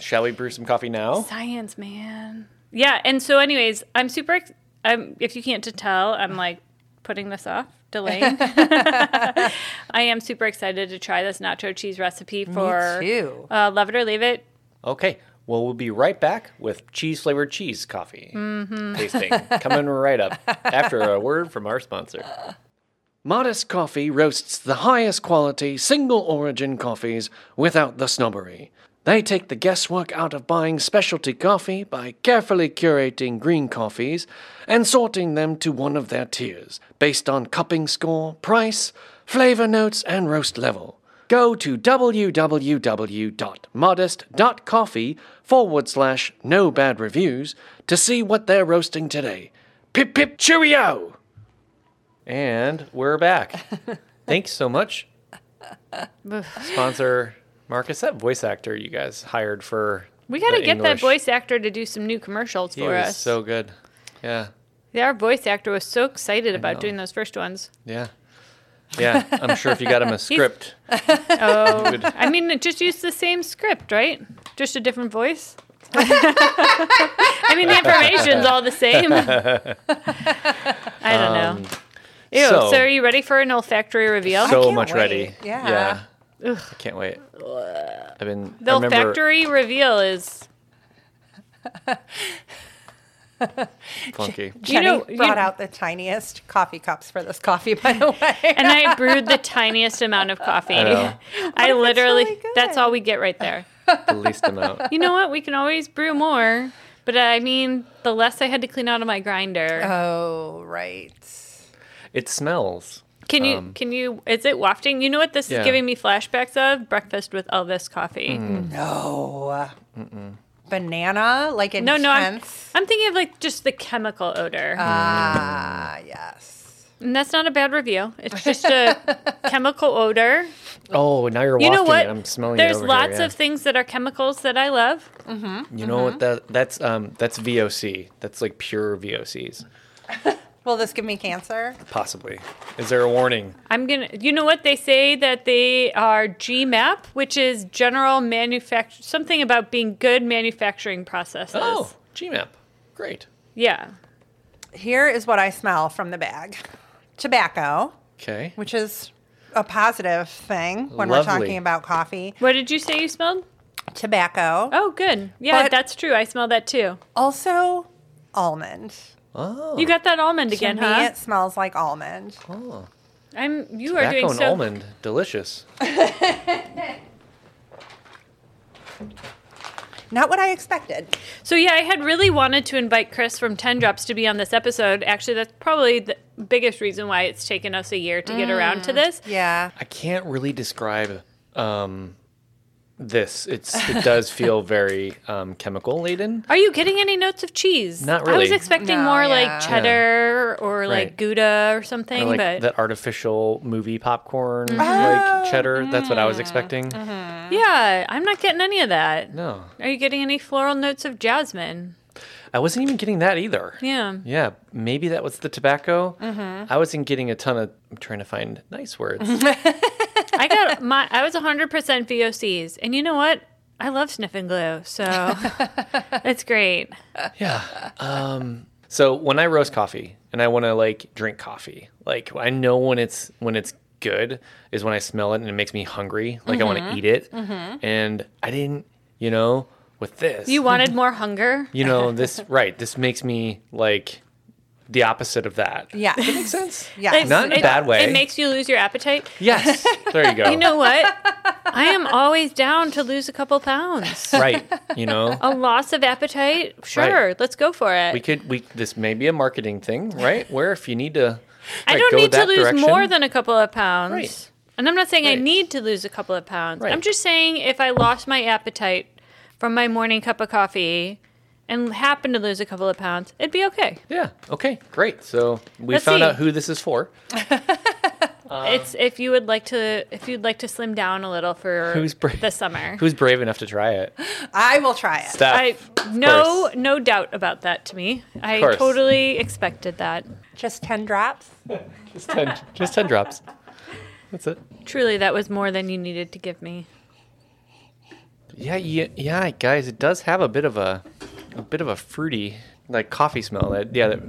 Speaker 2: Shall we brew some coffee now?
Speaker 1: Science, man. Yeah, and so, anyways, I'm super. Ex- I'm if you can't tell, I'm like putting this off, delaying. I am super excited to try this nacho cheese recipe for
Speaker 3: too.
Speaker 1: Uh, love it or leave it.
Speaker 2: Okay. Well, we'll be right back with cheese flavored cheese coffee tasting coming right up after a word from our sponsor. Modest Coffee roasts the highest quality single origin coffees without the snobbery. They take the guesswork out of buying specialty coffee by carefully curating green coffees and sorting them to one of their tiers based on cupping score, price, flavor notes, and roast level. Go to www.modest.coffee forward slash no bad reviews to see what they're roasting today. Pip pip cheerio! And we're back. Thanks so much, sponsor Marcus. That voice actor you guys hired for
Speaker 1: We got to
Speaker 2: the
Speaker 1: get that
Speaker 2: English,
Speaker 1: voice actor to do some new commercials
Speaker 2: He
Speaker 1: for
Speaker 2: was
Speaker 1: us.
Speaker 2: so good. Yeah,
Speaker 1: Our voice actor was so excited about doing those first ones.
Speaker 2: yeah, yeah. I'm sure if you got him a script,
Speaker 1: Oh,
Speaker 2: would-
Speaker 1: I mean, it just used the same script, right? Just a different voice. I mean, the information's all the same. I don't know. Ew. So,
Speaker 2: Um, so-
Speaker 1: are you ready for an olfactory reveal?
Speaker 2: so
Speaker 3: can't
Speaker 2: much
Speaker 3: wait.
Speaker 2: ready.
Speaker 3: Yeah.
Speaker 2: I can't wait. I've been.
Speaker 1: the
Speaker 2: I remember,
Speaker 1: olfactory reveal is
Speaker 2: funky.
Speaker 3: Jenny
Speaker 1: know- you-
Speaker 3: brought out the tiniest coffee cups for this coffee, by the way.
Speaker 1: and I brewed the tiniest amount of coffee.
Speaker 2: I know.
Speaker 1: I, literally
Speaker 3: really good.
Speaker 1: that's all we get right there.
Speaker 2: The least amount.
Speaker 1: You know what? We can always brew more, but I mean, the less I had to clean out of my grinder.
Speaker 3: oh, right.
Speaker 2: It smells.
Speaker 1: Can you
Speaker 2: Um,
Speaker 1: can you is it wafting? You know what this
Speaker 2: Yeah. Hmm.
Speaker 1: is giving me flashbacks of? Breakfast with Elvis coffee.
Speaker 3: No. Banana, like
Speaker 1: No, no, I'm,
Speaker 3: intense.
Speaker 1: I'm thinking of like just the chemical odor.
Speaker 3: Ah, yes.
Speaker 1: and that's not a bad review. It's just a chemical odor.
Speaker 2: Oh, now you're
Speaker 1: You know
Speaker 2: wafting
Speaker 1: what?
Speaker 2: it. I'm smelling it
Speaker 1: There's
Speaker 2: over here,
Speaker 1: lots
Speaker 2: yeah.
Speaker 1: of Uh-huh. things that are chemicals that I love.
Speaker 2: You know what? That that's um that's VOC. That's like pure VOCs.
Speaker 3: Will this give me cancer?
Speaker 2: Possibly. Is there a warning?
Speaker 1: I'm gonna. You know what they say that they are GMAP, which is general manufacture. Something about being good manufacturing processes.
Speaker 2: Oh, GMAP. Great.
Speaker 1: yeah.
Speaker 3: Here is what I smell from the bag tobacco,
Speaker 2: Okay.
Speaker 3: which is a positive thing when we're
Speaker 2: Lovely.
Speaker 3: talking about coffee.
Speaker 1: What did you say you smelled?
Speaker 3: Tobacco.
Speaker 1: Oh, good. Yeah,
Speaker 3: But-
Speaker 1: that's true. I smell that too.
Speaker 3: Also, almond.
Speaker 2: Oh.
Speaker 1: You got that almond
Speaker 3: To
Speaker 1: again,
Speaker 3: me,
Speaker 1: huh?
Speaker 3: it smells like almond.
Speaker 2: oh.
Speaker 1: I'm. You are
Speaker 2: Tobacco
Speaker 1: doing
Speaker 2: and
Speaker 1: so.
Speaker 2: almond, delicious.
Speaker 3: Not what I expected.
Speaker 1: So yeah, I had really wanted to invite Chris from Ten Drops to be on this episode. Actually, that's probably the biggest reason why it's taken us a year to get around
Speaker 3: Mm.
Speaker 1: to this.
Speaker 3: Yeah.
Speaker 2: I can't really describe um, this. It's it does feel very um, chemical laden.
Speaker 1: Are you getting any notes of cheese?
Speaker 2: Not
Speaker 1: I was
Speaker 2: really.
Speaker 1: expecting
Speaker 3: No,
Speaker 1: more
Speaker 3: yeah.
Speaker 1: like cheddar or like
Speaker 2: Right.
Speaker 1: Gouda or something,
Speaker 2: Or like
Speaker 1: but Mm-hmm.
Speaker 2: that artificial movie popcorn,
Speaker 3: Oh,
Speaker 2: like cheddar. That's what I was expecting.
Speaker 1: yeah, I'm not getting any of that.
Speaker 2: No,
Speaker 1: Are you getting any floral notes of jasmine?
Speaker 2: I wasn't even getting that either.
Speaker 1: Yeah. Mm-hmm.
Speaker 2: Yeah, maybe that was the tobacco. I wasn't getting a ton of. I'm trying to find nice words.
Speaker 1: I got my I was 100% VOCs. And you know what? I love sniffing glue. So it's great.
Speaker 2: yeah. Um, so when I roast coffee and I want to like drink coffee, like I know when it's when it's good is when I smell it and it makes me hungry. Like I want
Speaker 1: Mm-hmm.
Speaker 2: to eat it, and I didn't. You know, with this,
Speaker 1: You wanted more hunger?
Speaker 2: you know this right. This makes me like the opposite of that.
Speaker 3: Yeah.
Speaker 2: Does that make sense?
Speaker 3: Yeah.
Speaker 1: It's-
Speaker 2: Not in a
Speaker 1: it-
Speaker 2: bad way.
Speaker 1: It makes you lose your appetite.
Speaker 2: Yes. There you go.
Speaker 1: You know what? I am always down to lose a couple pounds.
Speaker 2: Right. You know.
Speaker 1: A loss of appetite? Sure, let's go for it.
Speaker 2: We could we this may be a marketing thing, right? Where if you need to
Speaker 1: I
Speaker 2: right,
Speaker 1: don't
Speaker 2: go
Speaker 1: need to
Speaker 2: that
Speaker 1: lose
Speaker 2: direction.
Speaker 1: more than a couple of pounds.
Speaker 2: Right.
Speaker 1: And I'm not saying
Speaker 2: Right.
Speaker 1: I need to lose a couple of pounds.
Speaker 2: Right.
Speaker 1: I'm just saying if I lost my appetite from my morning cup of coffee and happened to lose a couple of pounds, it'd be okay.
Speaker 2: Yeah. Okay. Great. So we
Speaker 1: Let's
Speaker 2: found
Speaker 1: see.
Speaker 2: out who this is for. Uh.
Speaker 1: it's if you would like to if you'd like to slim down a little for
Speaker 2: Who's bra-
Speaker 1: the summer.
Speaker 2: Who's brave enough to try it?
Speaker 3: I will try it.
Speaker 2: Steph.
Speaker 1: I
Speaker 2: of
Speaker 1: no
Speaker 2: course.
Speaker 1: no doubt about that to me. I
Speaker 2: course.
Speaker 1: totally expected that.
Speaker 3: Just 10 drops.
Speaker 2: Just ten, just ten drops. That's it.
Speaker 1: Truly, that was more than you needed to give me.
Speaker 2: Yeah, yeah, yeah, guys. It does have a bit of a, a bit of a fruity, like coffee smell. That yeah, that,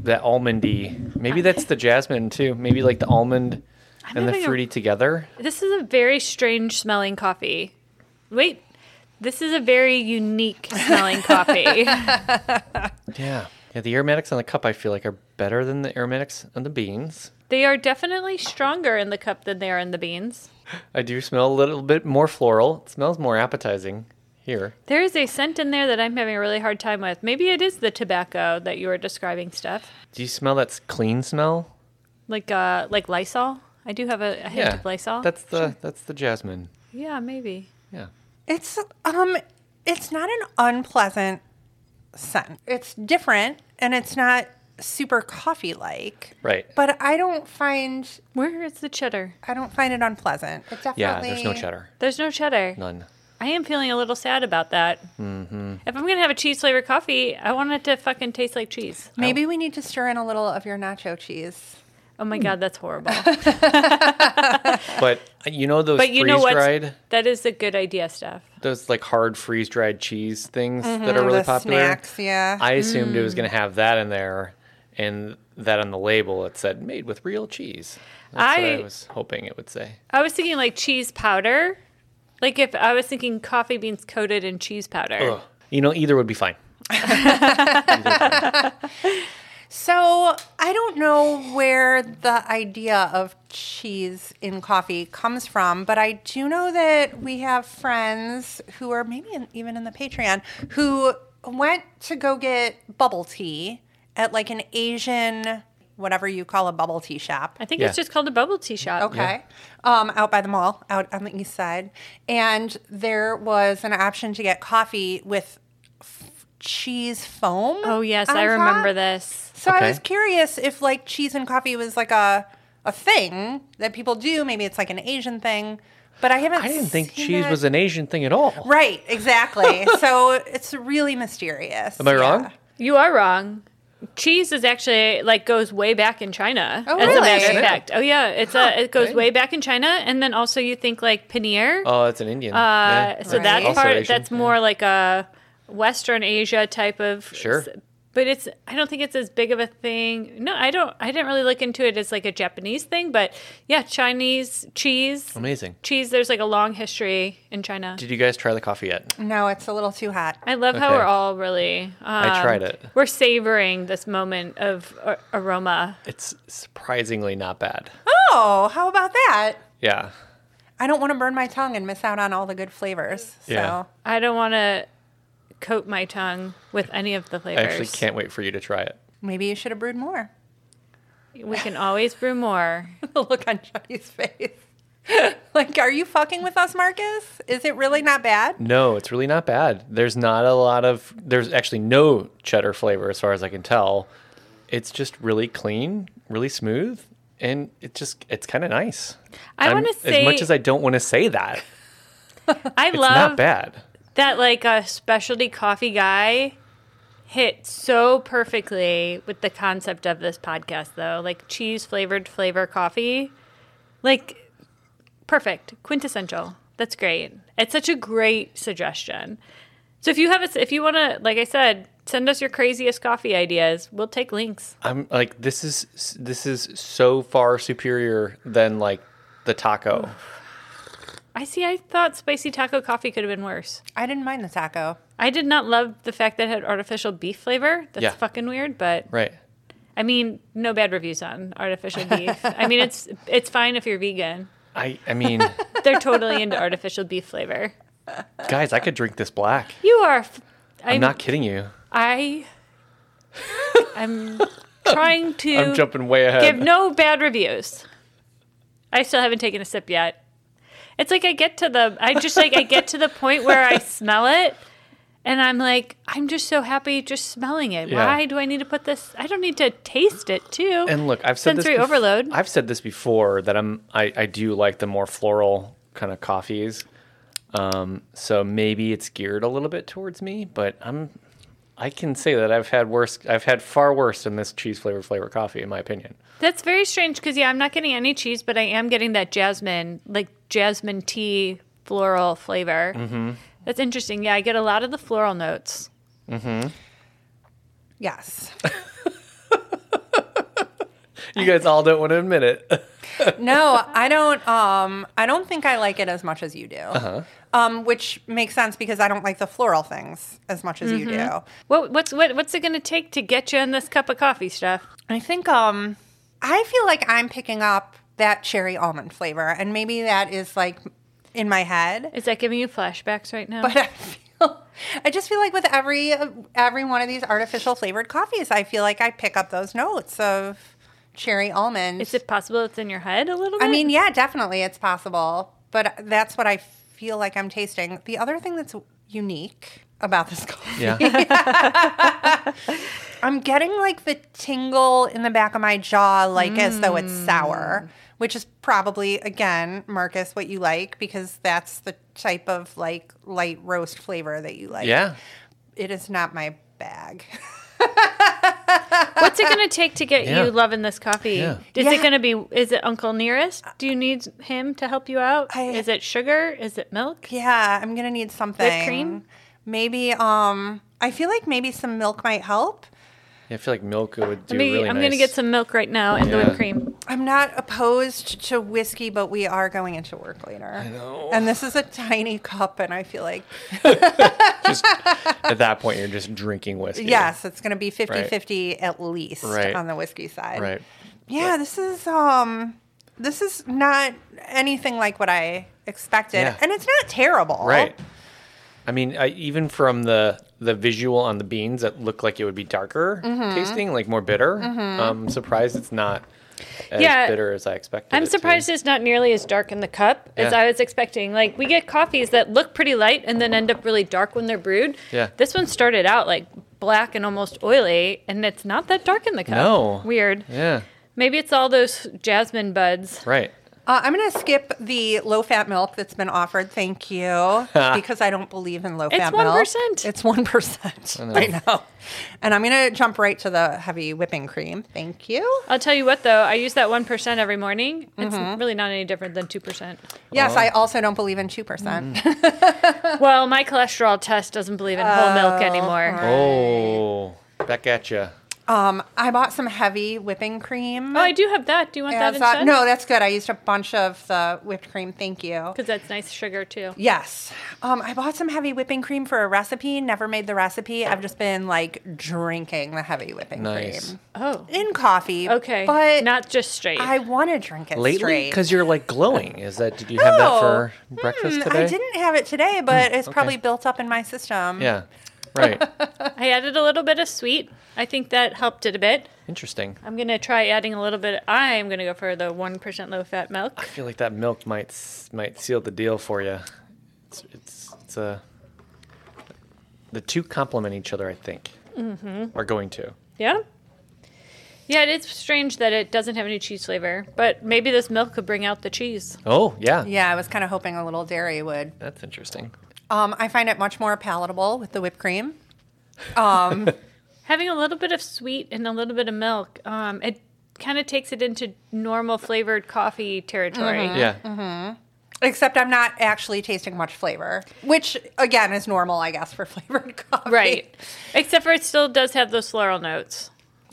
Speaker 2: that almondy. Maybe that's the jasmine too. Maybe like the almond and the
Speaker 1: having a-
Speaker 2: fruity together.
Speaker 1: This is a very strange smelling coffee. Wait, this is a very unique smelling coffee.
Speaker 2: Yeah, yeah. The aromatics on the cup I feel like are better than the aromatics on the beans.
Speaker 1: They are definitely stronger in the cup than they are in the beans.
Speaker 2: I do smell a little bit more floral. It smells more appetizing here.
Speaker 1: There is a scent in there that I'm having a really hard time with. Maybe it is the tobacco that you were describing, Steph.
Speaker 2: Do you smell that s- clean smell?
Speaker 1: Like uh like Lysol. I do have a, a hint of Lysol.
Speaker 2: That's the that's the jasmine.
Speaker 1: yeah, maybe.
Speaker 2: Yeah.
Speaker 3: It's um it's not an unpleasant scent. It's different and it's not super coffee like.
Speaker 2: Right.
Speaker 3: But I don't find
Speaker 1: Where is the cheddar?
Speaker 3: I don't find it unpleasant. It definitely
Speaker 2: yeah, there's no cheddar.
Speaker 1: There's no cheddar.
Speaker 2: None.
Speaker 1: I am feeling a little sad about that. Mm-hmm. If I'm gonna have a cheese flavored coffee, I want it to fucking taste like cheese.
Speaker 3: Maybe we need to stir in a little of your nacho cheese.
Speaker 1: Oh my god, that's horrible.
Speaker 2: But uh, you know those
Speaker 1: But you know
Speaker 2: freeze
Speaker 1: what?
Speaker 2: dried
Speaker 1: That is a good idea, Steph.
Speaker 2: those like hard freeze dried cheese things that are
Speaker 1: Mm-hmm,
Speaker 3: Mm,
Speaker 2: really
Speaker 3: the
Speaker 2: popular.
Speaker 3: snacks, yeah.
Speaker 2: I assumed it was
Speaker 1: Mm.
Speaker 2: gonna have that in there and that on the label it said made with real cheese. That's what
Speaker 1: I-
Speaker 2: I was hoping it would say.
Speaker 1: I was thinking like cheese powder. Like if I was thinking coffee beans coated in cheese powder.
Speaker 2: Ugh. You know, either would be fine.
Speaker 3: So I don't know where the idea of cheese in coffee comes from, but I do know that we have friends who are maybe in, even in the Patreon who went to go get bubble tea at like an Asian, whatever you call a bubble tea shop.
Speaker 1: I think it's
Speaker 2: Yeah.
Speaker 1: just called a bubble tea shop.
Speaker 3: Okay. Um, out by the mall, out on the east side. And there was an option to get coffee with f- cheese foam.
Speaker 1: Oh yes,
Speaker 3: on
Speaker 1: I remember
Speaker 3: top.
Speaker 1: this.
Speaker 3: So I
Speaker 2: Okay.
Speaker 3: was curious if like cheese and coffee was like a a thing that people do. Maybe it's like an Asian thing, but I haven't.
Speaker 2: I didn't think
Speaker 3: seen
Speaker 2: cheese
Speaker 3: it.
Speaker 2: was an Asian thing at all.
Speaker 3: right. Exactly. so it's really mysterious.
Speaker 2: Am I wrong?
Speaker 1: You are wrong. Cheese is actually like goes way back in China.
Speaker 3: Oh,
Speaker 1: as
Speaker 3: really?
Speaker 1: a matter
Speaker 2: Yeah.
Speaker 1: of fact. Oh yeah, it's a it goes
Speaker 2: dang.
Speaker 1: way back in China, and then also you think like paneer.
Speaker 2: Oh, it's an Indian.
Speaker 1: Uh,
Speaker 2: Yeah.
Speaker 1: so
Speaker 3: Right.
Speaker 1: that's
Speaker 2: Also
Speaker 1: part
Speaker 2: Asian,
Speaker 1: that's more like a Western Asia type of
Speaker 2: Sure.
Speaker 1: s- But it's I don't think it's as big of a thing. No, I don't. I didn't really look into it as like a Japanese thing, but yeah, Chinese cheese.
Speaker 2: Amazing.
Speaker 1: Cheese. There's like a long history in China.
Speaker 2: Um, Did you guys try the coffee yet?
Speaker 3: No, it's a little too hot.
Speaker 1: I love how
Speaker 2: Okay.
Speaker 1: we're all really. Um, I
Speaker 2: tried it.
Speaker 1: We're savoring this moment of a- aroma.
Speaker 2: It's surprisingly not bad.
Speaker 3: Oh, how about that?
Speaker 2: Yeah.
Speaker 3: I don't want to burn my tongue and miss out on all the good flavors. So
Speaker 2: Yeah.
Speaker 1: I don't want to coat my tongue with any of the
Speaker 2: I
Speaker 1: flavors.
Speaker 2: actually can't wait for you to try it.
Speaker 3: maybe you should have brewed more.
Speaker 1: We can always brew more.
Speaker 3: the look on Johnny's face. like, are you fucking with us, Marcus? Is it really not bad?
Speaker 2: No, it's really not bad. There's not a lot of there's actually no cheddar flavor as far as I can tell. It's just really clean, really smooth, and it just it's kind of nice.
Speaker 1: I
Speaker 2: I'm-
Speaker 1: want to say
Speaker 2: as much as I don't want to say that,
Speaker 1: I
Speaker 2: it's
Speaker 1: love
Speaker 2: not bad.
Speaker 1: that like a specialty coffee guy hit so perfectly with the concept of this podcast though like cheese flavored flavor coffee like perfect quintessential that's great it's such a great suggestion so if you have a if you want to like i said send us your craziest coffee ideas we'll take links
Speaker 2: I'm like this is this is so far superior than like the taco.
Speaker 1: i see i thought spicy taco coffee could have been worse
Speaker 3: I didn't mind the taco.
Speaker 1: i did not love the fact that it had artificial beef flavor that's
Speaker 2: Yeah.
Speaker 1: fucking weird but
Speaker 2: Right.
Speaker 1: I mean, no bad reviews on artificial beef. I mean, it's it's fine if you're vegan.
Speaker 2: I I mean,
Speaker 1: They're totally into artificial beef flavor.
Speaker 2: guys, I could drink this black.
Speaker 1: You are. f- I'm,
Speaker 2: I'm not kidding you.
Speaker 1: I. I'm trying to
Speaker 2: I'm jumping way ahead.
Speaker 1: give no bad reviews. I still haven't taken a sip yet. It's like I get to the. I just like I get to the point where I smell it. And I'm like, I'm just so happy just smelling it.
Speaker 2: Yeah.
Speaker 1: Why do I need to put this? I don't need to taste it too.
Speaker 2: And look, I've said
Speaker 1: sensory
Speaker 2: this bef-
Speaker 1: overload.
Speaker 2: I've said this before that I'm I, I do like the more floral kind of coffees. Um, so maybe it's geared a little bit towards me, but I'm I can say that I've had worse I've had far worse than this cheese flavored flavor coffee in my opinion.
Speaker 1: That's very strange because yeah, I'm not getting any cheese, but I am getting that jasmine, like jasmine tea floral flavor. Mm-hmm. That's interesting. Yeah, I get a lot of the floral notes.
Speaker 3: Yes.
Speaker 2: You guys all don't want to admit it.
Speaker 3: No, I don't. Um, I don't think I like it as much as you do. Um, which makes sense because I don't like the floral things as much as you do.
Speaker 1: What what's what what's it going to take to get you in this cup of coffee stuff?
Speaker 3: I think um I feel like I'm picking up that cherry almond flavor and maybe that is like in my head.
Speaker 1: Is that giving you flashbacks right now?
Speaker 3: But I feel I just feel like with every every one of these artificial flavored coffees, I feel like I pick up those notes of cherry almond.
Speaker 1: Is it possible it's in your head a little bit?
Speaker 3: I mean, yeah, definitely it's possible, but that's what I feel like I'm tasting. The other thing that's unique about this coffee
Speaker 2: Yeah.
Speaker 3: I'm getting like the tingle in the back of my jaw, like as though it's sour, which is probably, again, Marcus, what you like because that's the type of like light roast flavor that you like.
Speaker 2: yeah.
Speaker 3: It is not my bag.
Speaker 1: what's it going to take to get
Speaker 2: Yeah.
Speaker 1: you loving this coffee?
Speaker 2: Yeah.
Speaker 1: Is
Speaker 3: Yeah.
Speaker 1: it going to be? Is it Uncle Nearest? Do you need him to help you out?
Speaker 3: I-
Speaker 1: is it sugar? Is it milk?
Speaker 3: yeah, I'm going to need something.
Speaker 1: cream?
Speaker 3: Maybe, um, I feel like maybe some milk might help.
Speaker 2: I feel like milk would do
Speaker 1: Let me-
Speaker 2: really
Speaker 1: I'm
Speaker 2: nice.
Speaker 1: going to get some milk right now and the
Speaker 2: Yeah.
Speaker 1: whipped cream.
Speaker 3: I'm not opposed to whiskey, but we are going into work later. I
Speaker 2: know.
Speaker 3: And this is a tiny cup, and I feel like
Speaker 2: Just- at that point you're just drinking whiskey.
Speaker 3: Yes, it's going to be 50 50 at least
Speaker 2: Right.
Speaker 3: on the whiskey side.
Speaker 2: Right.
Speaker 3: Yeah, this is um this is not anything like what I expected.
Speaker 2: Yeah.
Speaker 3: And it's not terrible.
Speaker 2: Right. I mean, I, even from the the visual on the beans that look like it would be darker tasting, like more bitter. I'm surprised it's not as
Speaker 1: Yeah.
Speaker 2: bitter as I expected.
Speaker 1: I'm
Speaker 2: it to.
Speaker 1: surprised it's not nearly as dark in the cup as
Speaker 2: Yeah.
Speaker 1: I was expecting. Like we get coffees that look pretty light and then end up really dark when they're brewed.
Speaker 2: Yeah.
Speaker 1: This one started out like black and almost oily, and it's not that dark in the cup.
Speaker 2: No.
Speaker 1: Weird.
Speaker 2: Yeah.
Speaker 1: Maybe it's all those jasmine buds.
Speaker 2: Right.
Speaker 3: Uh, I'm going to skip the low fat milk that's been offered. Thank you. because I don't believe in low fat milk.
Speaker 1: 1%.
Speaker 3: It's 1%. I know. And I'm going to jump right to the heavy whipping cream. Thank you.
Speaker 1: I'll tell you what though, I use that one percent every morning. It's
Speaker 3: Mm-hmm.
Speaker 1: really not any different than two percent.
Speaker 3: Yes, I
Speaker 2: Oh.
Speaker 3: also don't believe in 2%. percent
Speaker 2: Mm.
Speaker 1: Well,
Speaker 3: Oh,
Speaker 1: my cholesterol test doesn't believe in whole milk anymore.
Speaker 2: Oh, back at you.
Speaker 3: Um, I bought some heavy whipping cream.
Speaker 1: Oh, I do have that. Do you want that
Speaker 3: As I-
Speaker 1: instead?
Speaker 3: no, that's good. I used a bunch of the whipped cream. Thank you.
Speaker 1: because that's nice sugar too.
Speaker 3: Yes. Um, I bought some heavy whipping cream for a recipe. Never made the recipe. I've just been like drinking the heavy whipping
Speaker 2: Nice.
Speaker 3: cream
Speaker 1: Oh,
Speaker 3: in coffee.
Speaker 1: okay,
Speaker 3: But
Speaker 1: not just straight.
Speaker 3: I want to drink it
Speaker 2: Lately,
Speaker 3: straight.
Speaker 2: because you're like glowing. Is that? Did you have that
Speaker 3: Oh,
Speaker 2: for breakfast
Speaker 3: Mm,
Speaker 2: today? Hmm,
Speaker 3: I didn't have it today, but it's
Speaker 2: okay.
Speaker 3: probably built up in my system.
Speaker 2: Yeah. Right.
Speaker 1: I added a little bit of sweet. I think that helped it a bit.
Speaker 2: Interesting.
Speaker 1: I'm gonna try adding a little bit. I'm gonna go for the one percent low fat milk.
Speaker 2: I feel like that milk might s- might seal the deal for you. It's it's, it's a the two complement each other, I think, mm-hmm. are going to.
Speaker 1: Yeah. Yeah, it is strange that it doesn't have any cheese flavor, but maybe this milk could bring out the cheese.
Speaker 2: Oh yeah,
Speaker 3: Yeah, I was kind of hoping a little dairy would.
Speaker 2: that's interesting.
Speaker 3: Um, I find it much more palatable with the whipped cream. Um,
Speaker 1: Having a little bit of sweet and a little bit of milk, um, it kind of takes it into normal flavored coffee territory.
Speaker 3: Uh-huh.
Speaker 2: Yeah,
Speaker 3: Mm-hmm. except I'm not actually tasting much flavor, which again is normal, I guess, for flavored coffee.
Speaker 1: Right. Except for it still does have those floral notes.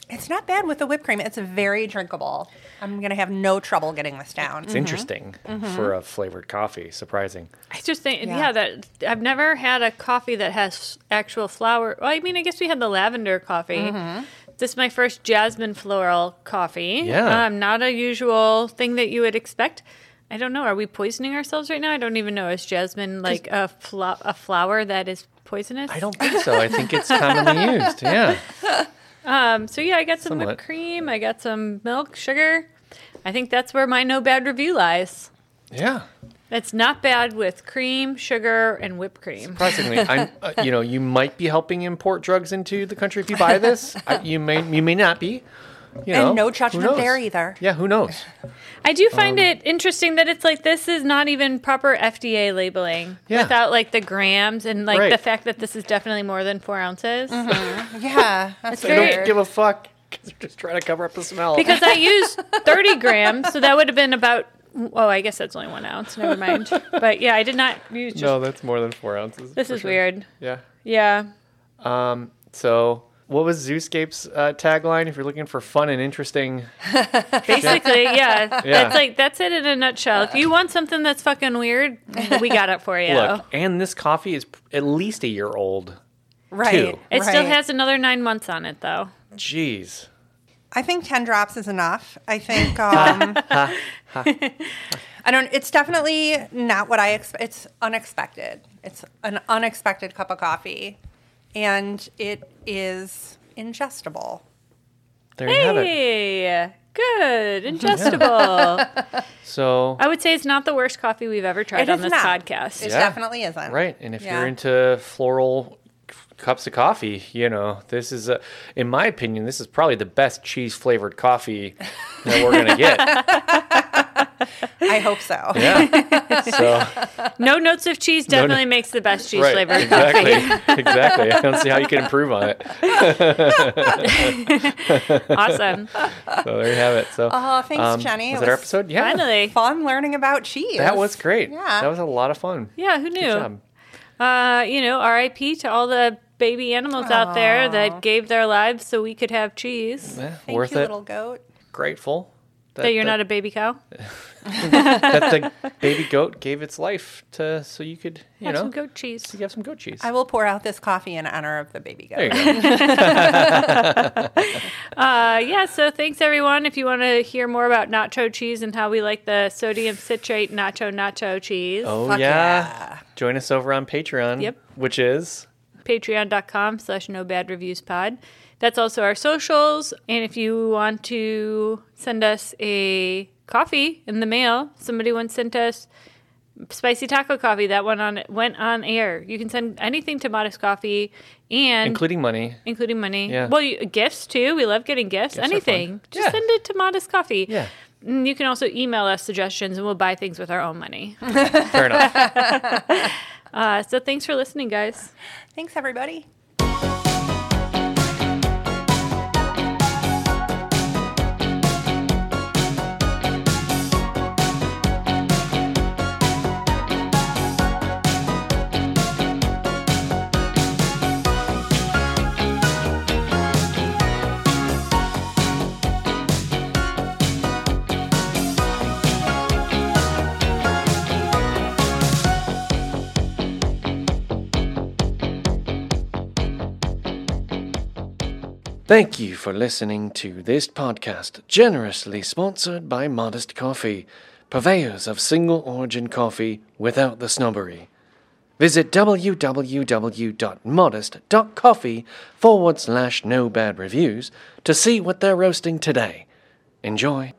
Speaker 3: It's not bad with the whipped cream. It's very drinkable. I'm gonna have no trouble getting this down.
Speaker 2: it's interesting
Speaker 3: Mm-hmm.
Speaker 2: for a flavored coffee. Surprising.
Speaker 1: I just think, yeah.
Speaker 3: Yeah.
Speaker 1: that I've never had a coffee that has actual flower. Well, I mean, I guess we had the lavender coffee. This is my first jasmine floral coffee.
Speaker 2: Yeah.
Speaker 1: Um, not a usual thing that you would expect. I don't know. Are we poisoning ourselves right now? I don't even know. Is jasmine like a, flo- a flower that is poisonous?
Speaker 2: I don't think so. I think it's commonly used. Yeah,
Speaker 1: Um, so yeah, I got some
Speaker 2: Somewhat.
Speaker 1: whipped cream. I got some milk, sugar. I think that's where my no bad review lies.
Speaker 2: yeah.
Speaker 1: That's not bad with cream, sugar, and whipped cream.
Speaker 2: Surprisingly, I'm. Uh, you know, you might be helping import drugs into the country if you buy this. I, you may, you may not be. You know,
Speaker 3: And no
Speaker 2: Who
Speaker 3: judgment there
Speaker 2: knows?
Speaker 3: either.
Speaker 2: Yeah, who knows?
Speaker 1: I do find
Speaker 2: Um,
Speaker 1: it interesting that it's like this is not even proper FDA labeling
Speaker 2: Yeah.
Speaker 1: without like the grams and like the
Speaker 2: Right.
Speaker 1: fact that this is definitely more than four ounces.
Speaker 3: Yeah, that's
Speaker 1: It's
Speaker 2: They
Speaker 1: very-
Speaker 2: don't give a fuck. 'cause They're just trying to cover up the smell.
Speaker 1: Because I used 30 grams, so that would have been about, oh, I guess that's only one ounce. Never mind. But yeah, I did not use just,
Speaker 2: no, that's more than four ounces.
Speaker 1: this
Speaker 2: for
Speaker 1: is
Speaker 2: sure.
Speaker 1: weird.
Speaker 2: Yeah.
Speaker 1: Yeah.
Speaker 2: Um. So, what was Zooscape's uh, tagline? If you're looking for fun and interesting,
Speaker 1: Basically, yeah.
Speaker 2: Yeah.
Speaker 1: That's like, that's it in a nutshell. If you want something that's fucking weird, we got it for you.
Speaker 2: look, and this coffee is p- at least a year old.
Speaker 3: right.
Speaker 2: Two.
Speaker 1: it still
Speaker 3: right.
Speaker 1: has another nine months on it, though.
Speaker 2: Jeez.
Speaker 3: I think ten drops is enough. I think. Um, I don't. It's definitely not what I. Exp- it's unexpected. It's an unexpected cup of coffee, and it is ingestible.
Speaker 2: There you have it.
Speaker 1: Hey, good, ingestible.
Speaker 2: So,
Speaker 1: I would say it's not the worst coffee we've ever tried
Speaker 3: It
Speaker 1: on
Speaker 3: is
Speaker 1: this
Speaker 3: not.
Speaker 1: podcast.
Speaker 3: It
Speaker 2: Yeah.
Speaker 3: definitely isn't.
Speaker 2: right. And if
Speaker 3: Yeah.
Speaker 2: you're into floral c- cups of coffee, you know, this is, a, in my opinion, this is probably the best cheese flavored coffee that we're going to get.
Speaker 3: I hope so.
Speaker 2: Yeah. So,
Speaker 1: No notes of cheese
Speaker 2: no-
Speaker 1: definitely makes the best cheese
Speaker 2: right.
Speaker 1: flavored coffee.
Speaker 2: Exactly. exactly. I don't see how you can improve on it.
Speaker 1: Awesome.
Speaker 2: So there you have it. So um,
Speaker 3: Oh, thanks, Jenny.
Speaker 2: Was
Speaker 3: It
Speaker 2: that our
Speaker 3: was
Speaker 2: episode? Yeah,
Speaker 1: Finally.
Speaker 3: Fun learning about cheese.
Speaker 2: that was great.
Speaker 3: Yeah.
Speaker 2: that was a lot of fun.
Speaker 1: Yeah, who
Speaker 2: Good job.
Speaker 1: knew? Uh, you know, RIP to all the baby animals out there that gave their lives so we could have cheese.
Speaker 2: Yeah,
Speaker 3: Thank
Speaker 2: worth
Speaker 3: you,
Speaker 2: it.
Speaker 3: little goat.
Speaker 2: Grateful
Speaker 1: That you're not a baby cow.
Speaker 2: that the baby goat gave its life to so you could you
Speaker 1: have
Speaker 2: know
Speaker 1: some goat cheese.
Speaker 2: you have some goat cheese.
Speaker 3: I will pour out this coffee in honor of the baby goat.
Speaker 2: there you go.
Speaker 1: Uh, yeah, so thanks everyone. If you want to hear more about nacho cheese and how we like the sodium citrate nacho nacho cheese,
Speaker 2: Oh yeah.
Speaker 3: Fuck yeah.
Speaker 2: Join us over on Patreon.
Speaker 1: Yep.
Speaker 2: Which is
Speaker 1: patreon.com slash no bad reviews pod that's also our socials and if you want to send us a coffee in the mail somebody once sent us spicy taco coffee that went on went on air you can send anything to modest coffee and
Speaker 2: including money.
Speaker 1: including money
Speaker 2: Yeah.
Speaker 1: well you, gifts too we love getting gifts,
Speaker 2: are fun.
Speaker 1: anything just
Speaker 2: Yeah.
Speaker 1: send it to modest coffee
Speaker 2: Yeah.
Speaker 1: And you can also email us suggestions and we'll buy things with our own money
Speaker 2: Fair enough.
Speaker 1: uh, so thanks for listening guys
Speaker 3: Thanks, everybody.
Speaker 4: Thank you for listening to this podcast, generously sponsored by Modest Coffee, purveyors of single origin coffee without the snobbery. Visit www.modest.coffee forward slash no bad reviews to see what they're roasting today. Enjoy.